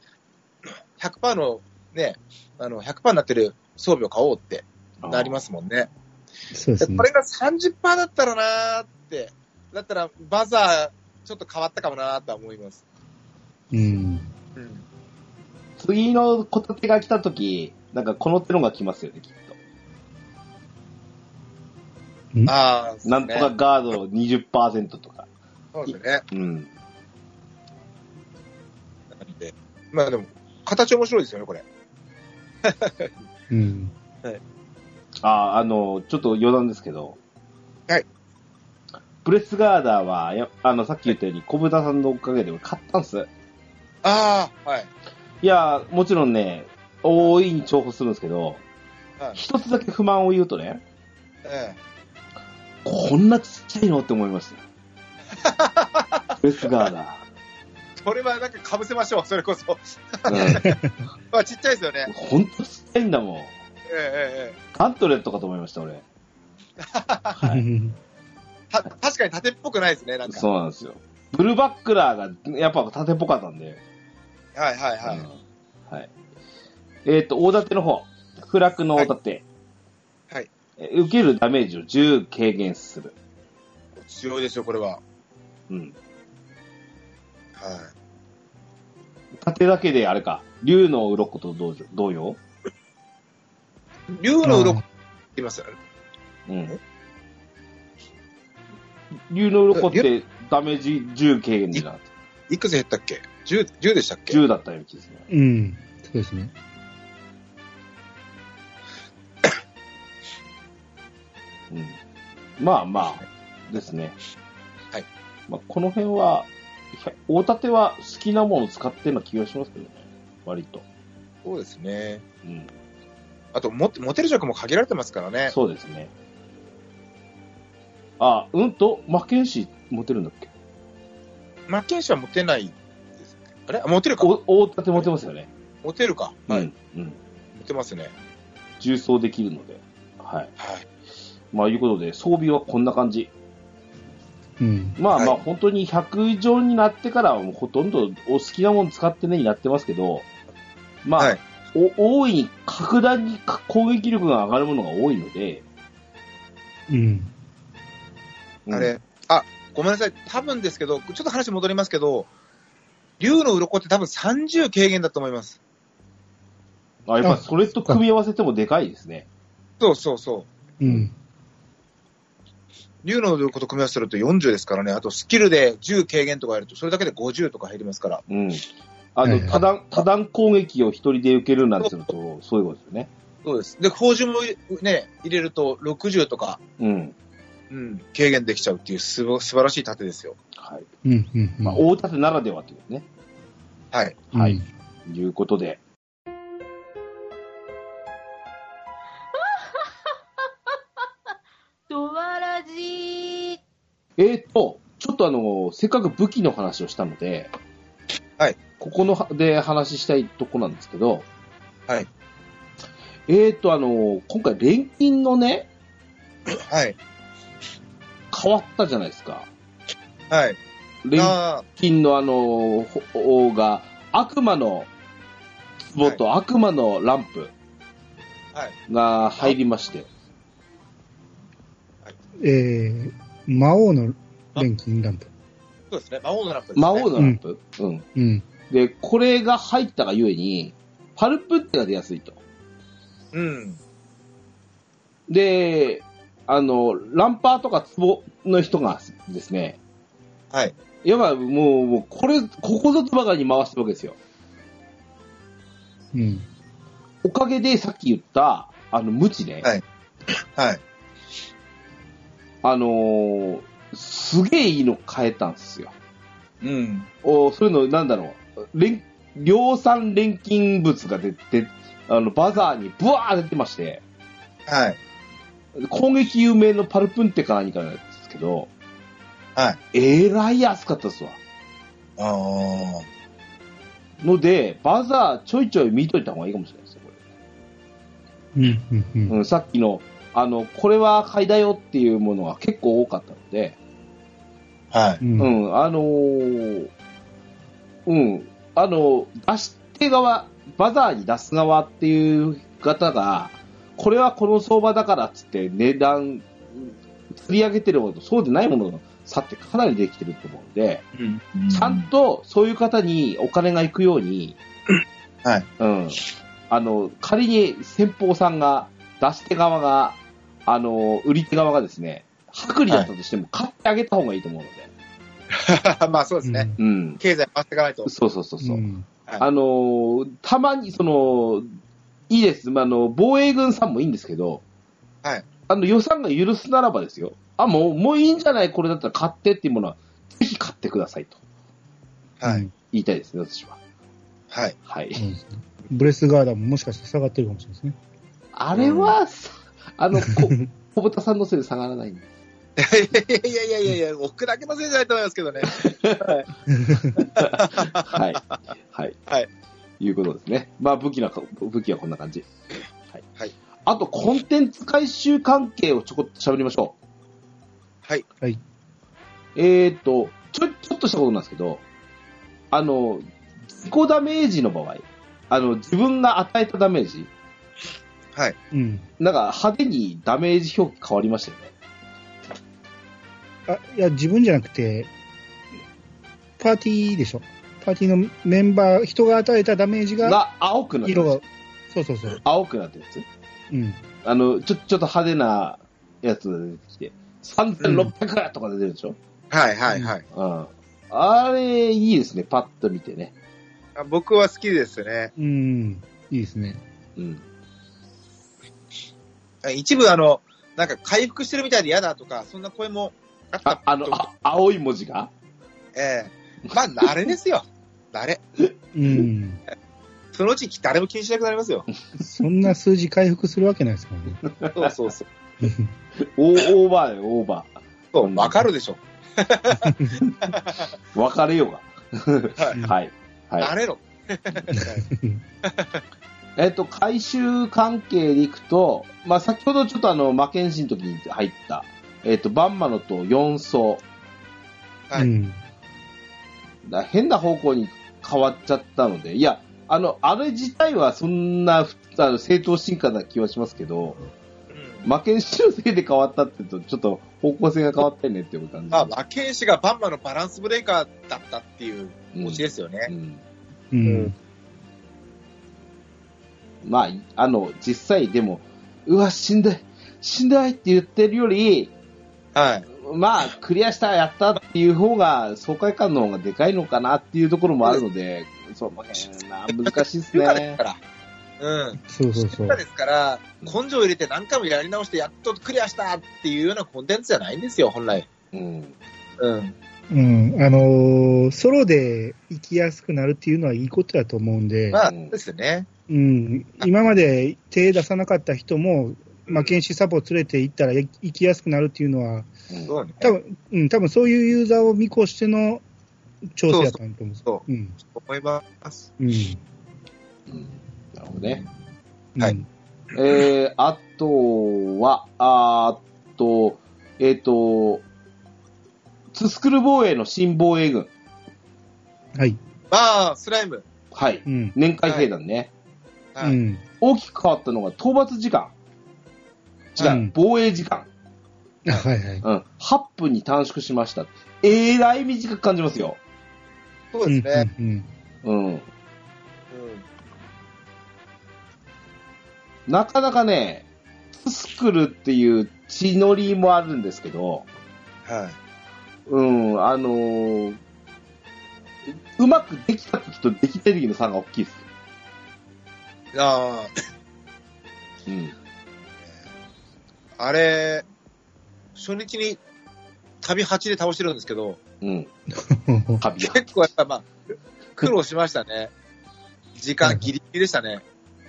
C: 100%の、ね、あの、100%になってる装備を買おうってなりますもんね。
A: そうですね
C: こ。れが30%だったらなーって、だったら、バザー、ちょっと変わったかもなーとは思います。
A: うん
C: うん。
B: 次のこたてが来たとき、なんかこの手のが来ますよね、きっ
C: ああ、
B: と。なんとかガード20%とか。
C: そうですね。
B: うん。
C: なんでまあでも、形面白いですよね、これ。
A: うん
B: ああ、あの、ちょっと余談ですけど。
C: はい。
B: ブレスガーダーは、やあの、さっき言ったように、小豚さんのおかげで俺買ったんす。
C: ああ、はい。
B: いや、もちろんね、大いに重宝するんですけど、
C: はい。
B: 一つだけ不満を言うとね、
C: え
B: こんなちっちゃいのって思いました。ブレスガーダ
C: えそれはなんか被せましょう、それこそ。
B: ー。
C: まあ、ちっちゃいですよね
B: うん。。ほんとちっちゃいんだもん。
C: えええええ
B: ガントレットかと思いました、俺。は
A: う
B: い。
A: ん
C: えた確かに縦っぽくないですね、なんか。
B: そうなんですよ。ブルーバックラーが、やっぱ縦っぽかったんで。
C: はいはい
B: は
C: はいい。。
B: はい、えっ、と、大盾の方。フラッグの大盾。
C: はいはい
B: えー受けるダメージを10軽減する。
C: 強いですよ、これは。
B: うん。
C: は
B: 盾だけであれか。竜の鱗と同じ同様
C: い。竜の鱗って言いますよね。
B: うん
C: え。
B: 竜の鱗ってダメージ10軽減じゃなくて
C: いくつ減ったっけ ?10、10でしたっけ
B: 10だったような気ですね。
A: うんそうですね。
B: うん。まあまあ、ですね。
C: はい。
B: まあ、この辺は、ひゃ大盾は好きなものを使ってるような気がしますけどね。割と。
C: そうですね。
B: うん。
C: あと、持って持てる弱も限られてますからね。
B: そうですね。あ、うんと、魔剣士持てるんだっけ
C: マッケンシーは持てないですね。あれあ持てるか。
B: お大盾持てますよね。
C: 持てるか。はい。
B: うん。うん。
C: 持てますね。
B: 重装できるので。はい。
C: はい。
B: まあ、いうことで、装備はこんな感じ。
A: うん。
B: まあまあ、
C: はい
B: 本当に100以上になってからはもうほとんどお好きなもの使ってねになってますけど、まあ、
C: はい
B: お大いに格段にか攻撃力が上がるものが多いので、
A: うん。
B: うん
C: あれ、あ、ごめんなさい。多分ですけど、ちょっと話戻りますけど、竜の鱗って多分30軽減だと思います。
B: あやっぱそれと組み合わせてもでかいですね。
C: そうそうそう。
A: うん。
C: 竜の鱗と組み合わせると40ですからね。あとスキルで10軽減とかやると、それだけで50とか減りますから。
B: うん。あ
A: は
B: の
A: い、はい
B: 多段、多段攻撃を一人で受けるなんてすると、そういうことですよね。
C: そうです。で、宝珠もね、入れると60とか、
B: うん。
C: うん、軽減できちゃうっていうすば素晴らしい盾ですよ。
B: はい。
A: うん。うん。
B: まあ、大盾ならではということね。
C: はい。
A: うん
B: はい。いうことで。
E: ドワラジー。
B: えーっと、ちょっとあの、せっかく武器の話をしたので、
C: はい。
B: ここのはで話したいとこなんですけど、
C: はい。
B: えーっと、あの、今回、錬金のね、
C: はい。
B: 変わったじゃないですか。
C: はい。
B: 錬
C: あ
B: 金のあの、ほ王が、悪魔の壺と悪魔のランプ
C: はい
B: が入りまして、
A: えー、魔王の錬金ランプ。
C: ーそうですね。魔王のラップです、ね。
B: 魔王のランプ、うん。
A: うん。
B: で、これが入ったがゆえに、パルプってが出やすいと。
C: うん。
B: で、あの、ランパーとかツボの人がですね、
C: はい。
B: いわばもう、もうこれ、ここぞとばかりに回してるわけですよ。
A: うん。
B: おかげでさっき言った、あの、無知ね、
C: はいはい。
B: あのーすげえいいの変えたんですよ。
C: うん。
B: おそういうの、なんだろう、連量産錬金物が出て、あの、バザーにブワー出てまして、
C: はい。
B: 攻撃有名のパルプンテか何かなんですけど、
C: はい。
B: えらい安かったっすわ。
C: ああ。
B: ので、バザーちょいちょい見といた方がいいかもしれないですよ、こ
A: うん。うん。う
B: れ。
A: ん。
B: うん、さっきの、あの、これは買いだよっていうものが結構多かったので、
C: は
A: う。
C: い。
B: うんん、あのーうん、あの、出し手側、バザーに出す側っていう方が、これはこの相場だからっつって値段、釣り上げてるものとそうでないものの差ってかなりできてると思うんで、
C: うん。
B: ちゃんとそういう方にお金が行くように、
C: はい。
B: うん。あの、仮に先方さんが、出し手側が、あの、売り手側がですね、薄利だったとしても買ってあげた方がいいと思うので。
C: まあそうですね。
B: うん。
C: 経済回していかないと。
B: そうそうそうそう。
A: ん。
B: あの、たまに、その、いいです。まあ、あの、防衛軍さんもいいんですけど、
C: はい。
B: あの、予算が許すならばですよ。あ、もう、もういいんじゃないこれだったら買ってっていうものは、ぜひ買ってくださいと
C: はい。
B: 言いたいですね、私は。
C: はい。
B: はい。
A: そうですねブレスガーダーももしかして下がってるかもしれないですね。
B: あれは、さあの、こ 小豚さんのせいで下がらないんで。
C: いやいやいやいや、奥だけのせいじゃないと思いますけどね。
B: はい。はい。
C: はい。
B: いうことですね。まあ、武器な、武器はこんな感じ。はい。
C: はい。
B: あと、コンテンツ回収関係をちょこっと喋りましょ
C: はい。
B: う。えーっと、ちょ、ちょっとしたことなんですけど、あの、自己ダメージの場合、あの、自分が与えたダメージ、
C: はい。
A: うん。
B: なんか派手にダメージ表記変わりましたよね。
A: あ、いや、自分じゃなくて、パーティーでしょ。パーティーのメンバー、人が与えたダメージが、
B: が、青くなって
A: 色
B: るや
A: が
B: つ。、
A: そうそうそう。
B: 青くなってるやつ。
A: うん。
B: あの、ちょ、ちょっと派手なやつが出てきて、3600とかで出るでしょ、
C: はいはいはい。
B: うん。あれ、いいですね。パッと見てね。
C: あ僕は好きですね。
A: うん。いいですね。
B: うん。
C: 一部あの、なんか回復してるみたいで嫌だとか、そんな声もあった
B: あ、あの、あ青い文字が
C: ええまあ、慣れですよ。慣れ。
A: うん。
C: そのうち誰も気にしなくなりますよ。
A: そんな数字回復するわけないですからね。
C: そうそうそう。
B: おオーバーよ、オーバ
C: そうわかるでしょ。
B: ー。分かれよう
C: は
B: が。はい。は
C: 慣
B: い。
C: れろ。
B: えっと、回収関係でいくと、まあ、先ほどちょっとあの、魔剣士の時に入った、えっと、バンマノと四層
C: はい
A: うん。
B: だ変な方向に変わっちゃったので、いや、あの、あれ自体はそんな、ふあの正当進化な気はしますけど、
C: うん
B: 負けん師のせいで変わったって言うと、ちょっと方向性が変わったよねっていう感じ。
C: まあ、負け石がバンマのバランスブレーカーだったっていう
B: うん
C: オチですよね。
B: うん
A: うん。
B: まあ、あの、実際でも、うわ、しんどい、しんどいって言ってるより、
C: はい。
B: まあ、クリアした、やったっていう方が、爽快感の方がでかいのかなっていうところもあるので、そう、まあ難しいです
C: 中華で
B: ね
C: すか。ら。うん。
A: そうそうそ
C: 中
A: う
C: 華。ですから、根性入れて何回もやり直してやっとクリアしたっていうようなコンテンツじゃないんですよ、本来。
B: うん。
C: うん。
A: うん。あのーソロで生きやすくなるっていうのはいいことだと思うんで、
C: まあ、ですね。
A: うん。今まで手出さなかった人も、まあ、
C: うん
A: 剣士サポ連れて行ったら生きやすくなるっていうのは、
B: うん
C: そうね。
A: 多分、うん、多分そういうユーザーを見越しての調整だったと思うんです
C: そう
A: うん。
C: 思います。
A: うん。
B: うんなるほどね。
A: うん
C: はい。
B: えー、あとは、あーっと、えーっ、と、ツスクル防衛の新防衛軍。
A: はい。
C: まあ、スライム。
B: はい。
A: うん。
B: 年会兵団ね。
A: う
C: はい。
A: ん。
B: 大きく変わったのが討伐時間。違う、
A: うん
B: 防衛時間。
A: あはいはい。
B: うん。8分に短縮しました。えらい短く感じますよ。
C: そうですね。
A: うん。うん
B: うん。
C: うん
B: なかなかね、ツスクルっていう血のりもあるんですけど、
C: はい。
B: うん、あのーうまくできた時とできてる時の差が大きいです。
C: あ
B: うん。
C: あ、あれ、初日に旅8で倒してるんですけど、
B: うん。
A: うん
B: カビ
C: 結構やっぱまあ、苦労しましたね。時間ギリギリでしたね。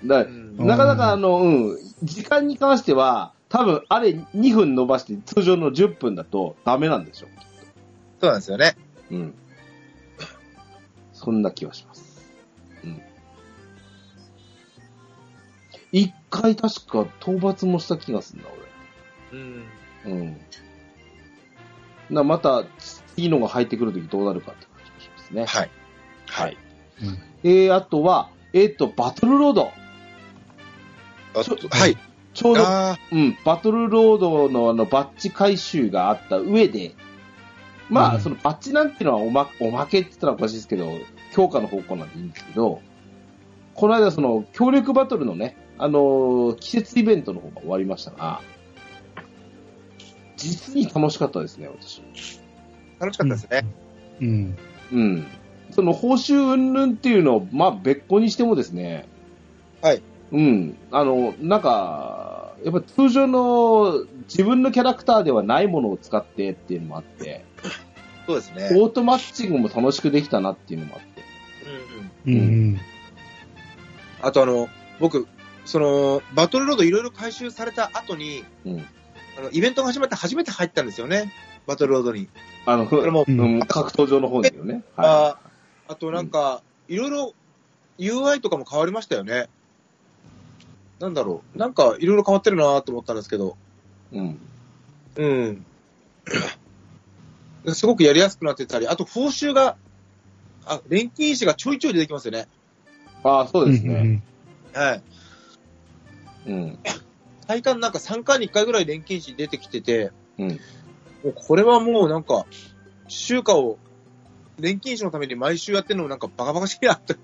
B: だ
C: うん
A: うん
B: なかなかあの、うん、時間に関しては、多分あれ2分伸ばして通常の10分だとダメなんでしょ
C: そうなんですよね。
B: う。うん。そんな気はします。うん。一回確か討伐もした気がするな、
C: うん。
B: 俺。うん。な、また、いいのが入ってくるときどうなるかって感じがしますね。
C: はい。
B: はい。えー、あとは、えっ、と、バトルロード。
C: あ
B: ちょっと
C: はい。
B: ちょうど
C: あ
B: うん、バトルロードのあのバッチ回収があった上で、まあ、
A: うん
B: そのバッチなんていうのはおまおまけって言ったらおかしいですけど、強化の方向なんでいいんですけど、この間、その協力バトルのね、あのー季節イベントの方が終わりましたが、実に楽しかったですね、私。
C: ー楽しかったですね。
A: うん。
B: うん。その報酬云々っていうのを、まあ、別個にしてもですね、
C: はい。
B: うん。あの、なんか、やっぱ通常の自分のキャラクターではないものを使ってっていうのもあって、
C: そうですね。
B: オートマッチングも楽しくできたなっていうのもあって。
C: うんうん
A: うん。うん。
C: あとあの、僕、その、バトルロードいろいろ回収された後に、
B: うん。
C: あの、イベントが始まって初めて入ったんですよね。バトルロードに。
B: あの、
C: それも、
A: うん
B: うん格闘場の方だけどね。は
C: ああとなんか、いろいろ UI とかも変わりましたよね。なんだろう。なんか、いろいろ変わってるなと思ったんですけど。
B: い。うん。
C: うん。 すごくやりやすくなってたり、あと報酬が、あ、錬金石がちょいちょい出てきますよね。
B: ああ、そうですね。
C: はい。
B: うん。
C: 体感なんか3回に1回ぐらい錬金石出てきてて、
B: うん。
C: もうこれはもうなんか、週間を、錬金石のために毎週やってるのもなんかバカバカしいなって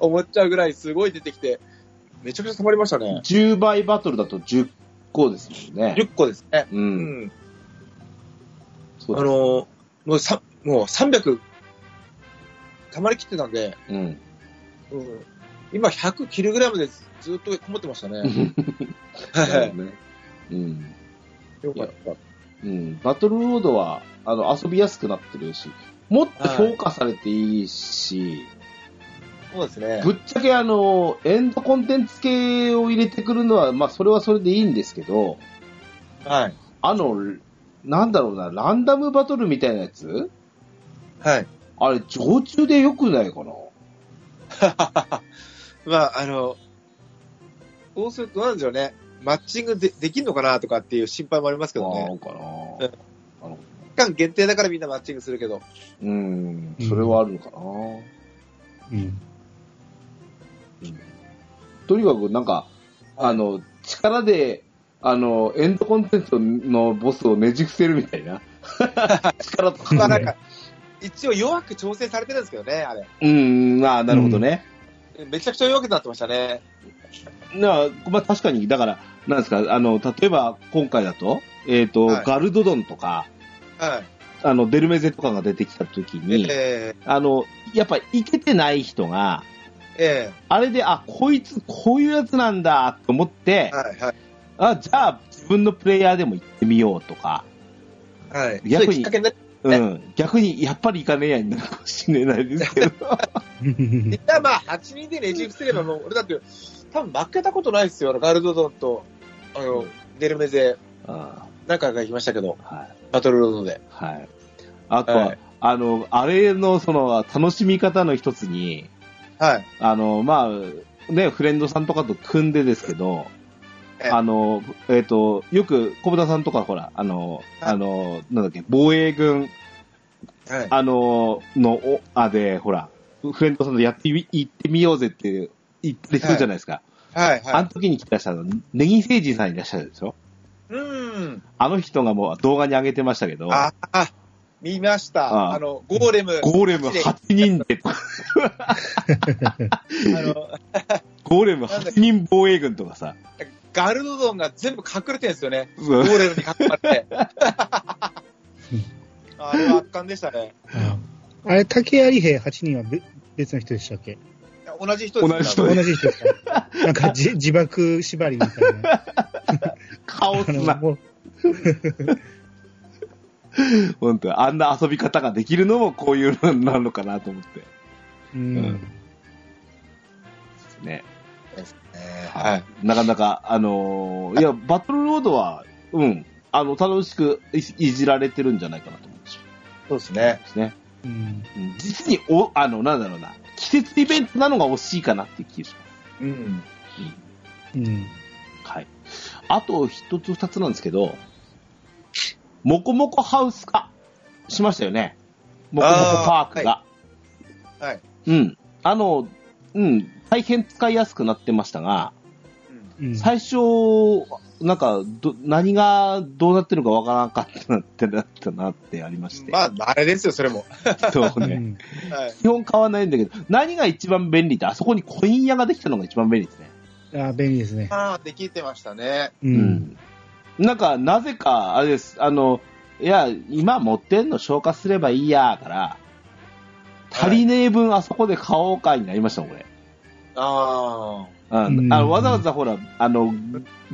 C: 思っちゃうぐらいすごい出てきて、めちゃくちゃ溜まりましたね。
B: 10倍バトルだと10個ですもんね。
C: 10個ですね。
B: う。
C: うんん。あ
B: そう
C: のーもうさ、もう300、溜まりきってたんで、
B: です。うん。
C: うん今100キログラムでずっとこもってました
B: な
C: ね。は
B: るほどねうん。
C: い。 よかった。
B: うん、バトルロードはあの遊びやすくなってるし、もっと評価されていいし、
C: そうですね。
B: ぶっちゃけあの、エンドコンテンツ系を入れてくるのは、まあそれはそれでいいんですけど、
C: はい。
B: あの、なんだろうな、ランダムバトルみたいなやつ
C: はい。
B: あれ、常駐で良くないかな
C: まあ、あの、そうするとなんでしょうね。マッチングでできんのかなとかっていう心配もありますけどね。
B: ああかな。なるほどね
C: 間限定だからみんなマッチングするけど。
B: うん、それはあるのかな。
A: うん。
B: とにかくなんか、あの、力で、あの、エンドコンテンツのボスをねじ伏せるみたい な。力と
C: ま
B: か。
C: あなんか、一応弱く調整されてるんですけどね、あれ。
B: うん、まあ、なるほどね。
C: めちゃくちゃ弱くなってましたね。
B: なあまあ、確かに、だから、なんですか、あの、例えば今回だと、えっ、と、
C: はい
B: ガルドドンとか、
C: は
B: あの、デルメゼとかが出てきた時
C: い。
B: に、
C: えー、
B: あの、やっぱ、いけてない人が、
C: え
B: あれで、あ、こいつ、こういうやつなんだ、と思って
C: ー、、はい、はい。
B: あ、じゃあ、自分のプレイヤーでも行ってみようとか、
C: はい。
B: 逆に
C: そういうきっかけになっ
B: うん、逆に、やっぱり行かねえやになるかもしれないですけど。
C: いや、まあ、8人でねじ伏せれば、もう、俺だって、多分負けたことないですよ、あのガルドドンと、あの、デルメゼ、
B: あ
C: なんかが来ましたけど、
B: はい。
C: バトルロードで。
B: はい。あとは、
C: はい
B: あの、あれの、その、楽しみ方の一つに、
C: はい。
B: あの、まあ、ね、フレンドさんとかと組んでですけど、
C: ええ
B: あの、えっ、と、よく、小田さんとか、ほら、あの、
C: はい
B: あの、なんだっけ、防衛軍、
C: はい。
B: あの、の、お、あで、ほら、フレンドさんとやってみ、行ってみようぜって言って人じゃないですか。
C: はい。
B: あ
C: は
B: の時に来た人は、ネギ聖人さんいらっしゃるでしょ
C: い。うん。
B: あの人がもう動画に上げてましたけど、
C: ああ、見ました。
B: あ
C: あの、ゴーレム。
B: ゴーレム8人で、
C: あの、
B: ゴーレム8人防衛軍とかさ、
C: ガルドドンが全部隠れてるんですよね。
B: そ
C: ゴ
B: う
C: ーレムに隠れ て。あれは圧巻でしたね。
A: あれ、竹槍兵8人はべ別の人でしたっけ
C: いや同じ人です
B: 同じ人
A: 同じ人ですかなんかじ自爆縛りみたいな。
B: カオス
A: あの
B: な、
A: もう
B: 本当あんな遊び方ができるのもこういうのなのかなと思って。
A: うん
B: うんね。
C: はい。
B: なかなか、あのーいや、バトルロードは、うん、あの、楽しくいいじられてるんじゃないかなと思うんですよ
C: そうですね。
B: ですね。
A: うん
B: うん実に、お、あの、なんだろうな、季節イベントなのが惜しいかなっていう気がします。
C: うん。
A: うん
B: はい。あと、一つ二つなんですけど、もこもこハウス化しましたよね。もこもこパークが。
C: はいはい
B: うん。あの、うん、大変使いやすくなってましたが、
C: うん
A: うん
B: 最初、なんか、ど、何がどうなってるのかわからなかったなってなったなってありまして。
C: まあ、あれですよ、それも。
B: そう
A: う
B: ね。
A: ん
C: はい。
B: 基本買わないんだけど、何が一番便利って、あそこにコイン屋ができたのが一番便利ですね。
A: あ便利ですね。
C: ああ、できてましたね。
A: う。
B: うんん。なんか、なぜか、あれです、あの、いや、今持ってんの消化すればいいや、から、足りねえ分あそこで買おうかになりましたもん、俺。
C: あ
B: あ
A: うん
B: のあのわざわざほら、あの、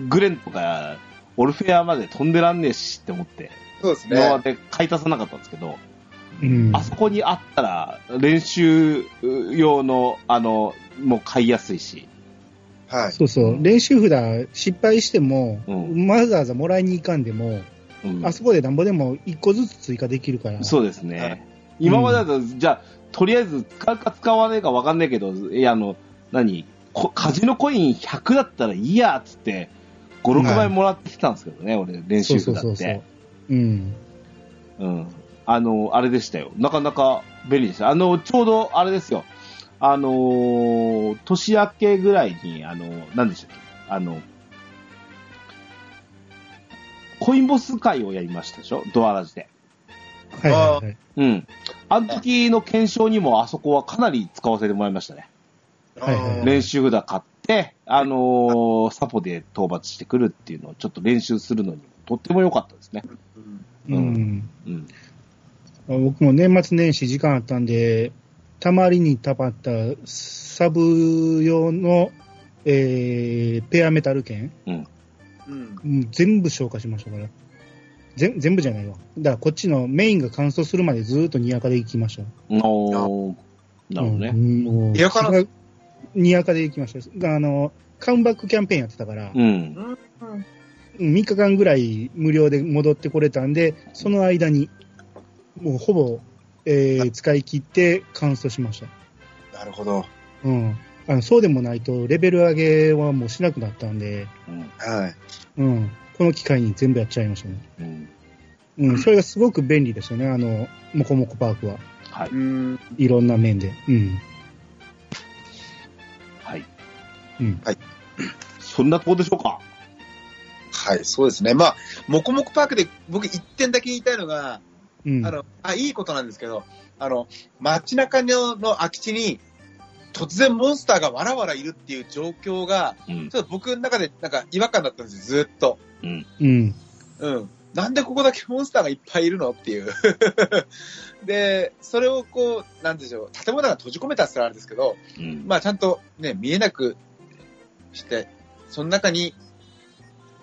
B: グレンとか、オルフェアまで飛んでらんねえしって思って。
C: あ、そうです
B: 今ま
C: ね。
B: で買い足さなかったんですけど、
A: うん
B: あそこにあったら練習用の、あの、もう買いやすいし、
C: はい。
A: そうそう。練習札失敗しても
B: う、
A: わざわざもらいに行かんでも、
B: うん
A: あそこでなんぼでも1個ずつ追加できるから。
B: そうですね。
C: はい
B: 今までだと、じゃあ、とりあえず使うか使わないかわかんないけど、いや、あの、何こカジノコイン100だったらいいやっつって、5、6
C: は
B: 倍
C: い
B: もらってきたんですけどね、俺、練
A: そ
B: 習
A: う
B: 札
A: そ
B: っ
A: う
B: て。
A: そうそう。うん。
B: うん。あの、あれでしたよ。なかなか便利でした。あの、ちょうど、あれですよ。あのー年明けぐらいに、あの、何でしたっけあの、コインボス会をやりましたでしょドアラジで。
A: はいはいはい。
B: うん。あの時の検証にもあそこはかなり使わせてもらいましたね。
A: はいはい
C: あー
B: 練習札買って、あのーサポで討伐してくるっていうのをちょっと練習するのにもとっても良かったですね。
C: うん
B: う
A: うんん。
B: うん。
A: 僕も年末年始時間あったんで、たまりにたまったサブ用の、えーペアメタル券、
C: うん。
A: うん全部消化しましたから。全全部じゃないわ。だからこっちのメインが乾燥するまでずーっとにやかで行きました。
B: おーなるほどね。
A: うんもう
C: にやかな
A: にやかで行きました。あの、カウンバックキャンペーンやってたから、
B: うん。
A: 3日間ぐらい無料で戻ってこれたんで、その間に、もうほぼ、えー使い切って乾燥しました。
C: なるほど。
A: うん。あのそうでもないと、レベル上げはもうしなくなったんで、
B: うん
C: はい。
A: うん。この機会に全部やっちゃいましたね。
B: うん
A: うん、それがすごく便利ですよね、あの、もこもこパークは。
B: はい。
C: うん。
A: いろんな面で。うん。
B: はい。
A: うん。
B: そんなとこでしょうか
C: はい、そうですね。まあ、もこもこパークで僕一点だけ言いたいのが、
A: うん。
C: あの、あ、いいことなんですけど、あの、街中のの空き地に、突然モンスターがわらわらいるっていう状況が、
B: うん。
C: ちょっと僕の中でなんか違和感だったんですよ、ずっと。
A: うん。
C: うん。なんでここだけモンスターがいっぱいいるのっていう。 で、それをこう、なんでしょう、建物が閉じ込めたって言ったらあれですけど、
B: うん。
C: まあちゃんとね、見えなくして、その中に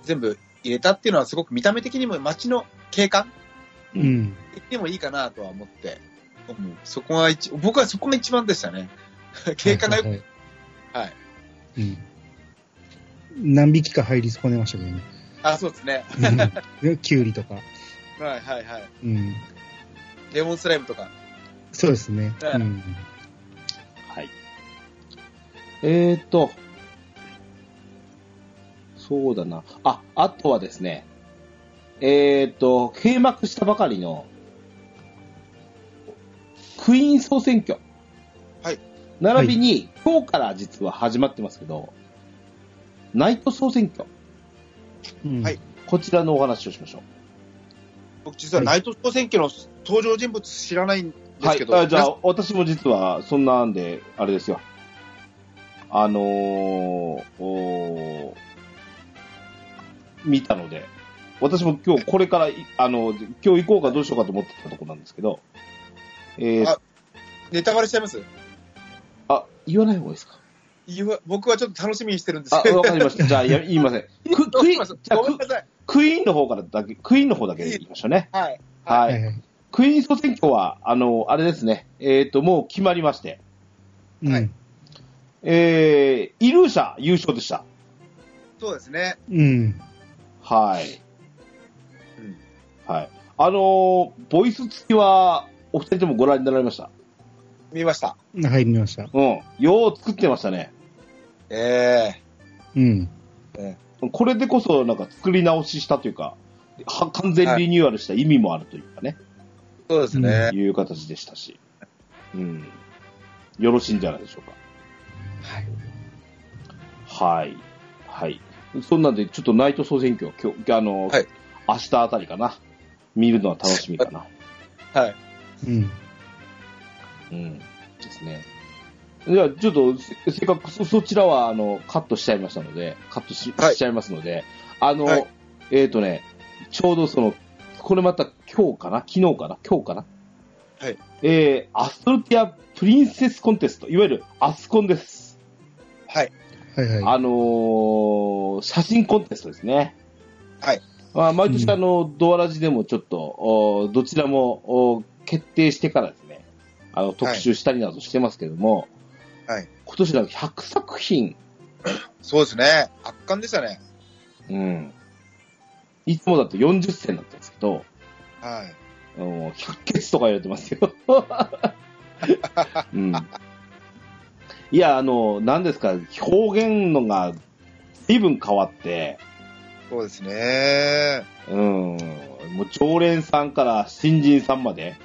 C: 全部入れたっていうのはすごく見た目的にも街の景観
A: うん。うん
C: でもいいかなとは思って、うんそこが一、僕はそこが一番でしたね。 景観がよく、
A: はいは
C: はい
A: い。うん。何匹か入り損ねましたけど ね
C: あ、そうですね。
A: うん。キュウリとか。
C: はいはいはい。
A: うん。
C: レモンスライムとか。
A: そうですね。
C: はい
A: うん。
B: はい。えーっと、そうだな。あ、あとはですね、えーっと、閉幕したばかりの、クイーン総選挙。
C: はい。
B: 並びに、今日から実は始まってますけど、ナイト総選挙。
A: うん
C: はい。
B: こちらのお話をしましょ
C: 僕実はナイト総選挙の登場人物知らないんで
B: う。は
C: す
B: い
C: け。ど、
B: あじゃあ、私も実は、そんなんで、あれですよ。あのー、おー見たので、私も今日これからい、あの、今日行こうかどうしようかと思ってたとこなんですけど、えー、あ
C: あネタバレしちゃいます
B: 言わない方がいいですか
C: 言わ僕はちょっと楽しみにして るんですけ
B: あ、
C: ど。
B: わかりました。じゃあ、いや言いませ ん。ク
C: どう
B: クイ
C: し
B: ーン
C: ます、
B: じゃあ
C: ごめん
B: ク
C: なさい。
B: クイーンの方からだけ、クイーンの方だけ言いましょうね。
C: はい。
B: は
A: はいい。。はい
B: クイーン総選挙は、あの、あれですね、えっ、と、もう決まりまして、
A: うん。
B: えー、イルーシャ優勝でした。
C: そうですね。
A: うん。
B: はい。
C: うん
B: はい。あのーボイス付きは、お二人ともご覧になられました。
C: 見ました。
A: 入りました。
B: うん。よう作ってましたね。
C: え
A: うん。
B: これでこそ、なんか作り直ししたというか、は完全リニューアルした意味もあるというかね、
C: えそうですね
B: い、。う形でしたし。うん。よろしいんじゃないでしょうか。
A: はい。
B: はい。はい。そんなんで、ちょっとナイト総選挙、今日、あの、
C: はい
B: 明日あたりかな。見るのは楽しみかな。
C: はい。
A: うん。
B: うん。ですね。じゃあ、ちょっと、せせっかくそ、そちらは、あの、カットしちゃいましたので、カットし,、
C: はい
B: ちゃいますので、あの、
C: はい
B: えっ、とね、ちょうどその、これまた今日かな昨日かな今日かな
C: はい。
B: えー、アストルティアプリンセスコンテスト、いわゆるアスコンです。
C: はい。
A: はいは
B: あのー写真コンテストですね。
C: はい。
B: まあ、毎
A: うん
B: 年、あの、ドアラジでもちょっと、おどちらもお決定してからですね、あの、特集したりなどしてますけども、
C: はい。
B: 今年なんか100作品、
C: そうですね。圧巻でしたね。
B: うん。いつもだと40選だったんですけど、
C: はい。
B: あの100ケツとか言われてます よ。うん。いや、あの、何ですか、表現のが随分変わって、
C: そうですね。
B: うん、もう常連さんから新人さんまで、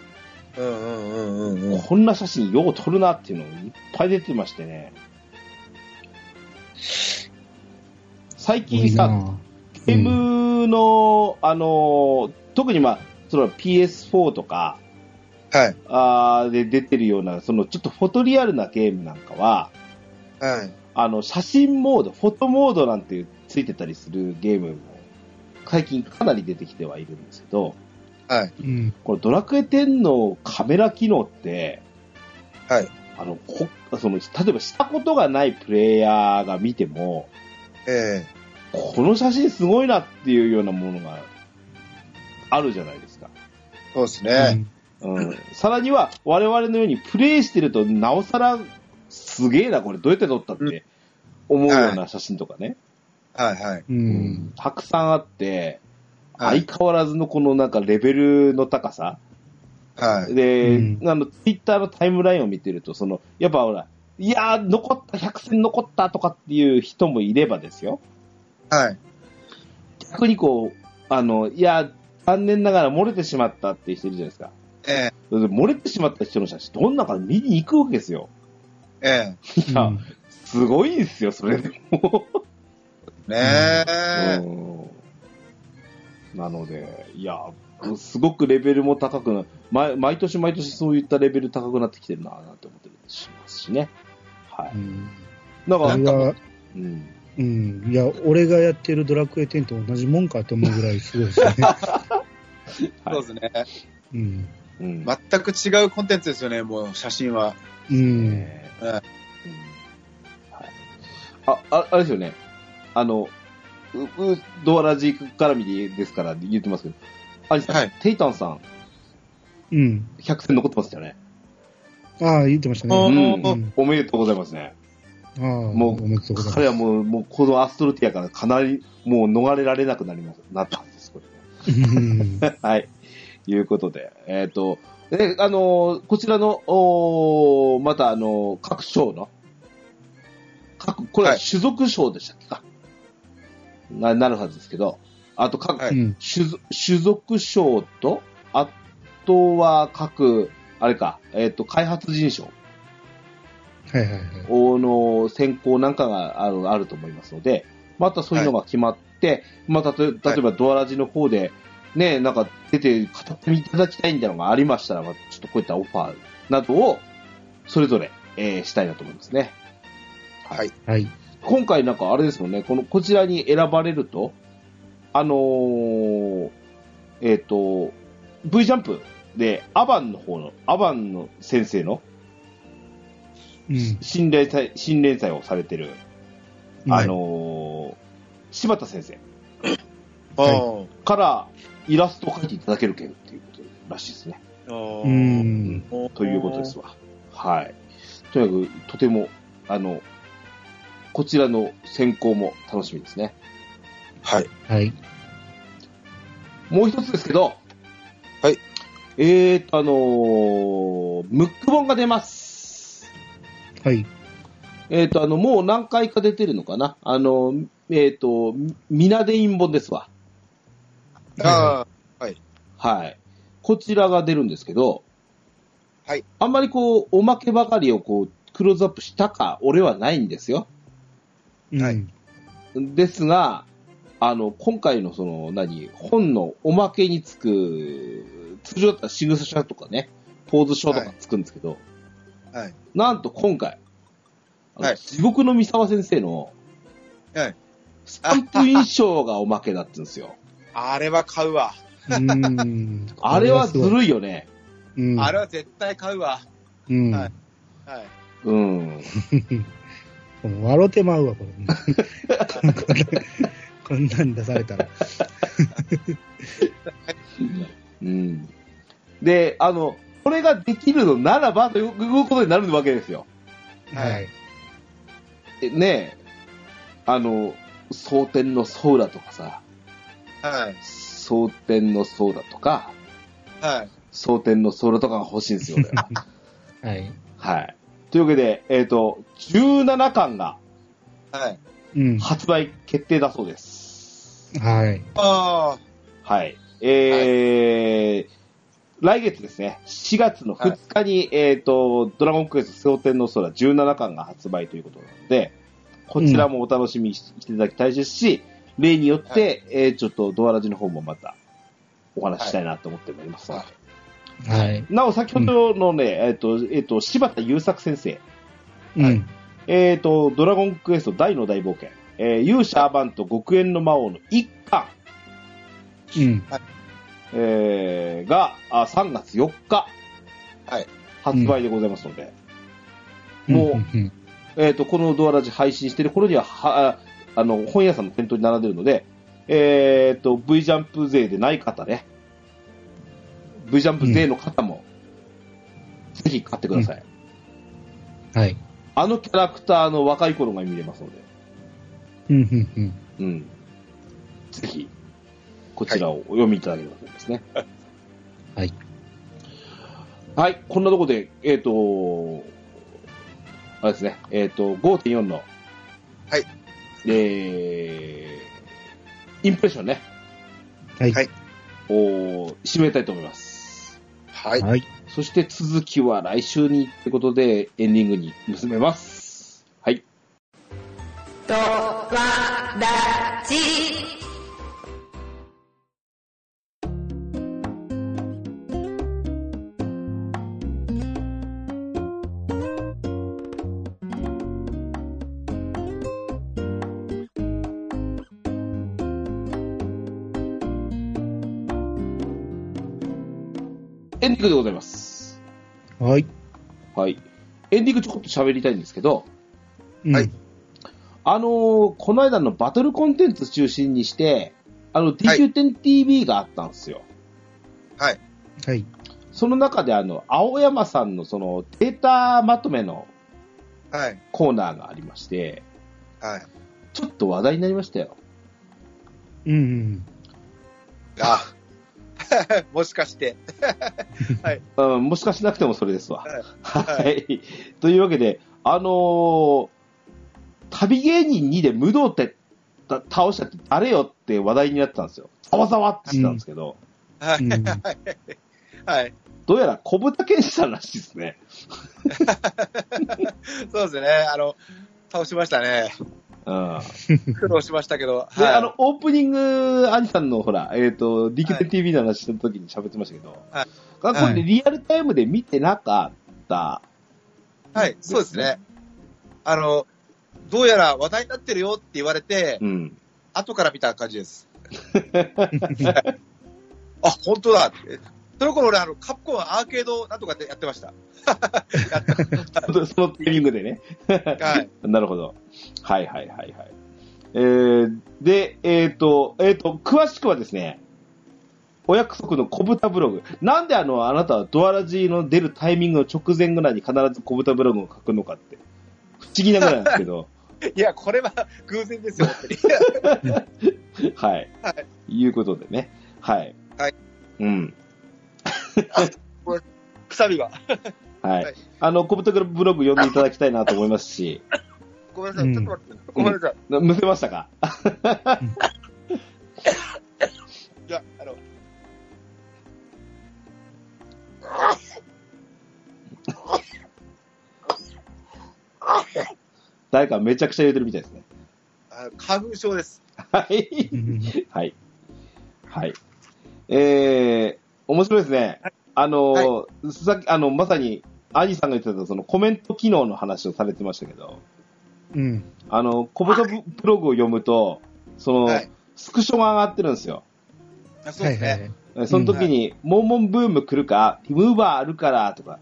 C: うんうんうんうんうん。
B: こんな写真よう撮るなっていうのいっぱい出てましてね。最
A: い。
B: 近さ、
A: うん
B: ゲームの、あの、特にまあ、その PS4 とか、
C: はい。
B: あーで出てるような、そのちょっとフォトリアルなゲームなんかは、
C: はい。
B: あの、写真モード、フォトモードなんていうついてたりするゲームも、最近かなり出てきてはいるんですけど、
C: はい。
A: うん。
B: このドラクエ10のカメラ機能って、
C: はい。
B: あの、こその、例えばしたことがないプレイヤーが見ても、
C: え
B: この写真すごいなっていうようなものがあるじゃないですか。
C: えそうですね。
B: うん。さらには、我々のようにプレイしてると、なおさら、すげえな、これどうやって撮ったって思うような写真とかね。
C: はいはい。
A: う。
B: うんん。たくさんあって、
C: は
B: 相
C: い。
B: 変わらずのこのなんかレベルの高さ。
C: はい。
B: で、
A: うん
B: あの、ツイッターのタイムラインを見てると、その、やっぱほら、いやー、残った、100戦残ったとかっていう人もいればですよ。
C: はい。
B: 逆にこう、あの、いやー、残念ながら漏れてしまったっていう人いるじゃないですか。
C: え
B: それで漏れてしまった人の写真、どんなか見に行くわけですよ。
C: え、え
B: いや、すごいんですよ、それでも。
C: え、ねえ、
B: うんなので、いや、すごくレベルも高くな、毎毎年毎年そういったレベル高くなってきてるな、なんて思ってるしますしね。は
A: う
B: い。
A: ん
B: だか
A: あ
B: ら
A: れ、は、
B: うん。
A: うん、いや、俺がやってるドラクエ10と同じもんかと思うぐらいすごいですよね。
B: はい
C: そうですね。
A: うん。
B: うん。
C: 全く違うコンテンツですよね、もう写真は。
A: うん。
B: ね
C: うん
B: はいあ、ああれですよね。あの、ううドアラジ絡みでですから言ってますけど、アニさん、
C: はい
B: テイタンさん、
A: うん。
B: 100点残ってますよね。
A: ああ、言ってました
C: あ
A: ね。
B: うん
A: うん
B: おめでとうございますね。
A: ああ、
B: もう
A: おめでとうございます。
B: 彼はもう、もうこのアストルティアからかなり、もう逃れられなくなります、なったんです、こ
A: うん
B: れね。はい。いうことで、えっ、と、で、あのーこちらの、おーまた、あのー各賞の、各、これは
C: はい
B: 種族賞でしたっけか、な、なるはずですけど、あと各、
C: は
A: う
C: い
A: ん。
B: 種族種族賞と、あとは各、あれか、えっ、と、開発人賞
A: はいはいはい。
B: の選考なんかがあるあると思いますので、またそういうのが決まって、まあ、例え例えばドアラジの方で、ね、なんか出て語っていただきたいみたいなのがありましたら、まあ、ちょっとこういったオファーなどを、それぞれ、えーしたいなと思いますね。
C: はい。
A: はい。
B: 今回なんかあれですもんね、この、こちらに選ばれると、あのーえっ、と、V ジャンプで、アバンの方の、アバンの先生の
A: うん。
B: 新連載、新連載をされてる、
A: は
B: あ
A: い
B: のー柴田先生
C: は
B: からイラストを描いていただけるけんっていうことらしいですね。
C: あー
A: うん。
B: ということですわ。はい。とにかく、とても、あの、こちらの選考も楽しみですね。
C: はい。
A: はい。
B: もう一つですけど、
C: はい。
B: えーと、あのームック本が出ます。
A: はい。
B: えーと、あの、もう何回か出てるのかなあの、えーと、みみなで印本ですわ。
C: あ
B: はい。こちらが出るんですけど、
C: はい。
B: あんまりこう、おまけばかりをこう、クローズアップしたか、俺はないんですよ。
A: はい。
B: ですが、あの、今回のその、何、本のおまけにつく、通常だったら仕草書とかね、ポーズ書とかつくんですけど、
C: あ、はい。
B: なんと今回、あの
C: はい
B: 地獄の三沢先生の、
C: はい
B: スタンプ印象がおまけだってんですよ。
C: あれは買うわ。
A: うん。
B: あれはず
A: い。
B: るいよね。
A: うん。
C: あれは絶対買うわ。
A: うん。
C: はいはい。
B: うん。
A: 笑ってまうわ、これ。こんなん出されたら。
B: うんで、あの、これができるのならばということになるわけですよ。
A: はい。
B: えねえ、あの、蒼天のソーラとかさ、
C: はい。
B: 蒼天のソーラとか、
C: はい。
B: 蒼天のソーラとかが欲しいんですよ、俺は
A: はい。
B: はい。というわけで、えっ、と、17巻が
C: はい。
A: うん。
B: 発売決定だそうです。
A: はい。
C: あ
B: はい。えー来月ですね、4月の2日に、えっ、と、ドラゴンクエスト蒼天の空17巻が発売ということなので、こちらもお楽しみにしていただきたいですし、例によって、
C: は
B: えーちょっとドアラジの方もまたお話ししたいなと思っておりますので、
C: は
A: はい。
B: なお、先ほどのね、えっ、と、えっ、と、柴田優作先生、
A: うん。
B: えっ、と、ドラゴンクエスト大の大冒険、えー勇者アバンと極縁の魔王の一巻、
A: うん。
B: えーがあ3月4日、
C: はい
B: 発売でございますので、
A: う
B: も
A: ん、うん
B: えー、とこのドアラジ配信している頃にははああの本屋さんの店頭に並んでるので、えー、と V ジャンプ勢でない方ね V ジャンプ勢の方も、ぜひ買ってください、
A: はい。
B: あのキャラクターの若い頃が見れますので、
A: うん、うん、うん。
B: うん、ぜひこちらをお読みいただければと思いますね
A: はい。
B: はい、こんなとこで、えっ、と、あれですね、えっ、と、5.4の、
C: はい。
B: えー、インプレッションね。
A: はい。
C: はい
B: おー締めたいと思います。
C: はい。
A: はい。
B: そして続きは来週にってことで、エンディングに進めます。はい。
E: ドワラジ
B: エンディングでございます。
A: はい。
B: はい。エンディングちょこっと喋りたいんですけど、
A: うん
C: はい。
B: あのーこの間のバトルコンテンツ中心にして、あの、
C: はい
B: DQ10TV があったんですよ。
A: はい。
B: その中で、あの、青山さんのその、データまとめの
C: はい。
B: コーナーがありまして、
C: はい。
B: ちょっと話題になりましたよ。
A: うんうん。
C: あ もしかして。
B: うん、もしかしなくてもそれですわ。
C: は
B: はい。というわけで、あのー旅芸人2で武道ってた倒したって誰よって話題になってたんですよ。ざわざわってしてたんですけど、
C: は
A: う
C: い。
A: ん
C: はい。
B: どうやら小豚健さんらしいですね。
C: そうですね。あの、倒しましたね。
B: うん。
C: 苦労しましたけど。
B: で、
C: はい。
B: あの、オープニング、アニさんのほら、えっ、と、DQTV の話した時に喋ってましたけど、
C: はい
B: あこれねリアルタイムで見てなかった。
C: はい。そうですね。あの、どうやら話題になってるよって言われて、
B: うん。
C: 後から見た感じです。あ、本当だって。その頃俺、あの、カプコンアーケードなんとかでやってました。
B: そのそのタイミングでね。
C: はい。
B: なるほど。はいはいはいはい。えー、で、えっ、と、えっ、と、詳しくはですね、お約束の小豚ブログ。なんであの、あなたはドアラジーの出るタイミングの直前ぐらいに必ず小豚ブログを書くのかって、不思議なぐらいなんですけど、
C: いや、これは偶然ですよ、本当に。
B: はい。。
C: はい
B: いうことでね。はい。
C: はい。
B: うん。
C: くさびが。
B: はい。
C: はい
B: あの、小豚ブログ読んでいただきたいなと思います し、
C: ごめんなさい、ちょっと待って。ごめんなさい。
B: なむせましたか
C: いや、あの、
B: 誰かめちゃくちゃ言うてるみたいですね。
C: あ花粉症です。
B: はい。
A: うん
B: はい。はい。えー、面白いですね。あのー、さっき、あの、まさに、アニさんが言ってた、そのコメント機能の話をされてましたけど、
A: うん。
B: あの、コブトブブログを読むと、その、
C: はい
B: スクショが上がってるんですよ。
C: あそう
A: は
C: で
A: い
C: す
A: は
C: ね。
A: いはい。
B: えその時に、モンモンブーム来るか、リムーバーあるから、とか、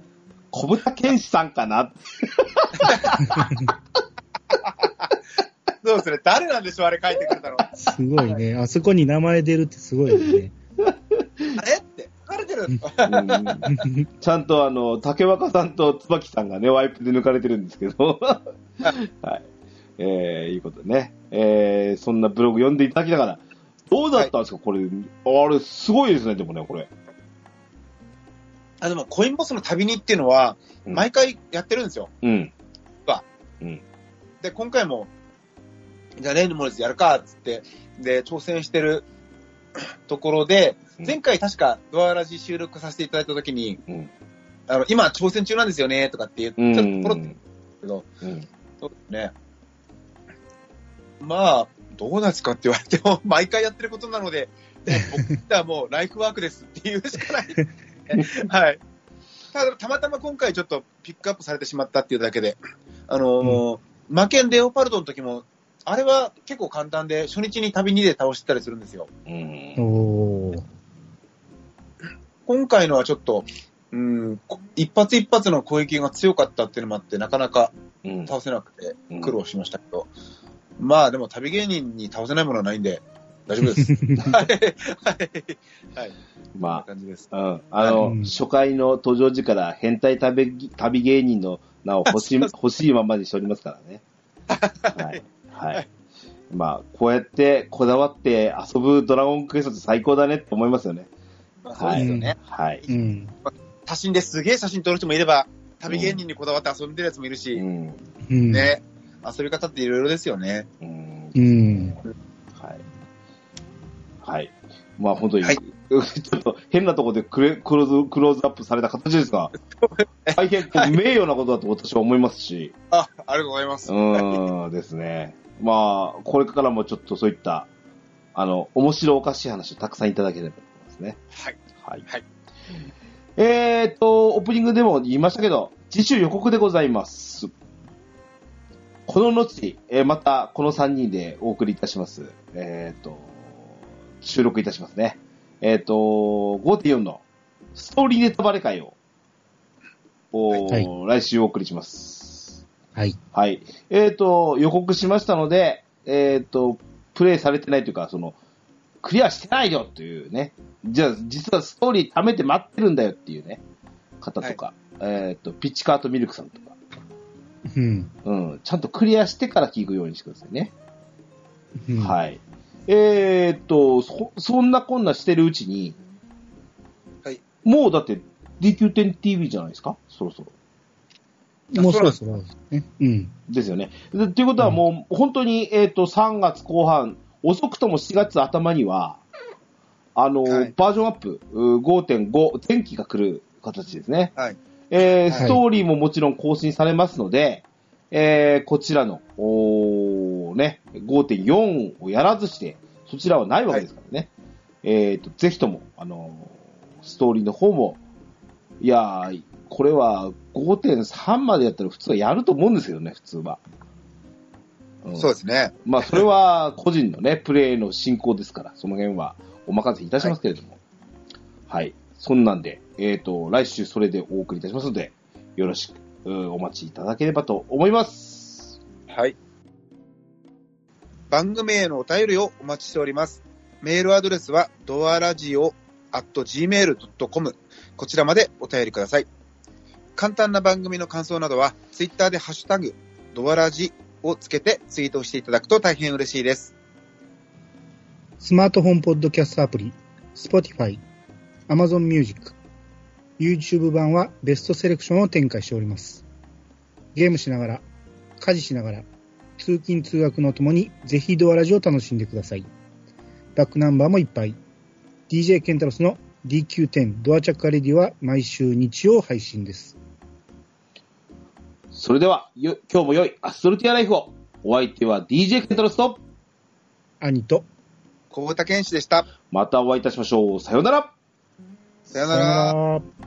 B: 小豚健志さんかな、
C: そうですね。誰なんでしょう、あれ書いてくれたの。あ
A: すごいね。あそこに名前出るってすごいよね。
C: れって、書かれてる。
B: うんちゃんとあの、竹若さんと椿さんがね、ワイプで抜かれてるんですけど、はい。えー、いうことでね。えー、そんなブログ読んでいただきながら、どうだったんですか、これ。あれ、すごいですね、でもね、これ。
C: あ、でも、コインボスの旅にっていうのは、
B: うん
C: 毎回やってるんですよ。
B: うん。
C: で、今回も、じゃあ、例のものやるか、つって、で、挑戦してる ところで、
B: うん
C: 前回確かドアラジ収録させていただいたときに、
B: うん
C: あの、今挑戦中なんですよね、とかって
B: う
C: 言
B: ん。う
C: っちょっとポロッ
B: ん
C: と、けど、
B: うん
C: そうですね。まあ、どうなんですかって言われても、 毎回やってることなので、もう僕はもうライフワークですっていうしかない。はい。ただ、たまたま今回ちょっとピックアップされてしまったっていうだけで、あのー、魔剣レオパルトの時も、あれは結構簡単で、初日に旅2で倒してたりするんですよ。
B: うん。
A: おー。
C: 今回のはちょっと、うん、こ一発一発の攻撃が強かったっていうのもあって、なかなか
B: うん。
C: 倒せなくて
B: うん
C: 苦労しましたけど、まあでも旅芸人に倒せないものはないんで、大丈夫です。 はい。はい。はい。こんな
B: ま
C: 感じです。
B: あ、うん。あの、
A: うん
B: 初回の登場時から変態旅旅芸人の名を 欲しい、欲しいままにしておりますからね。はい。は。
C: はい
B: まあ、こうやってこだわって遊ぶドラゴンクエストって最高だねって思いますよね。
C: まあ、そ
B: は
C: う
B: い
C: ですよね。
B: はい。
A: うん。
C: 写真ですげえ写真撮る人もいれば、旅芸人にこだわって遊んでるやつもいるし、
B: うん。
A: うん。
C: ね、遊び方っていろいろですよね。
B: うん
A: うん。
B: はい。はい。まあ本当に、
C: はい
B: ちょっと変なところでクレクローズクローズアップされた形です が、大変名誉なことだと私は思いますし、
C: あ、ありがとうございます。
B: うーんですね。まあ、これからもちょっとそういった、あの、面白おかしい話をたくさんいただければと思いますね。
C: はい。
B: はい。
C: はい
B: えーっと、オープニングでも言いましたけど、次週予告でございます。この後、えーまたこの3人でお送りいたします。えーっと、収録いたしますね。えーっと、5.4のストーリーネタバレ会を、おー来週お送りします。
A: はい。
B: はい。えっ、と、予告しましたので、えっ、と、プレイされてないというか、その、クリアしてないよというね、じゃあ、実はストーリー貯めて待ってるんだよっていうね、方とか、えっ、と、ピッチカートミルクさんとか、
A: うん。
B: うん、ちゃんとクリアしてから聞くようにしてくださいね。
A: うん
B: はい。えっ、とそ、そんなこんなしてるうちに、
C: はい。
B: もうだって、DQ10TV じゃないですかそろそろ。
A: もうそろそろですね。うん。
B: ですよね。でということはもう、本当に、えっ、と、3月後半、遅くとも4月頭には、あの、
C: はい
B: バージョンアップうー5.5、前期が来る形ですね。
C: はい。
B: えー
A: い
B: ストーリーももちろん更新されますので、えーこちらの、おーね、5.4をやらずして、そちらはないわけですからね。えっ、と、ぜひとも、あのーストーリーの方も、いやー、これは5.3までやったら普通はやると思うんですけどね、普通は。うん
C: そうですね。
B: まあ、それは個人のね、プレーの進行ですから、その辺はお任せいたしますけれども。はい。そんなんで、えっ、と、来週それでお送りいたしますので、よろしくうんお待ちいただければと思います。
C: はい。番組へのお便りをお待ちしております。メールアドレスは、ドアラジオ at gmail.com。こちらまでお便りください。簡単な番組の感想などは、ツイッターでハッシュタグ、ドアラジをつけてツイートしていただくと大変嬉しいです。
A: スマートフォンポッドキャストアプリ、Spotify、Amazon Music、YouTube 版はベストセレクションを展開しております。ゲームしながら、家事しながら、通勤通学のともに、ぜひドアラジを楽しんでください。バックナンバーもいっぱい。DJ ケンタロスの DQ10 ドアチャッカレディは毎週日曜配信です。
B: それでは、よ今日も良いアストルティアライフを。お相手は DJ ケントロスと、
A: 兄と、
C: 小武田健志でした。
B: またお会いいたしましょう。さようなら
C: さよなら。
A: ら。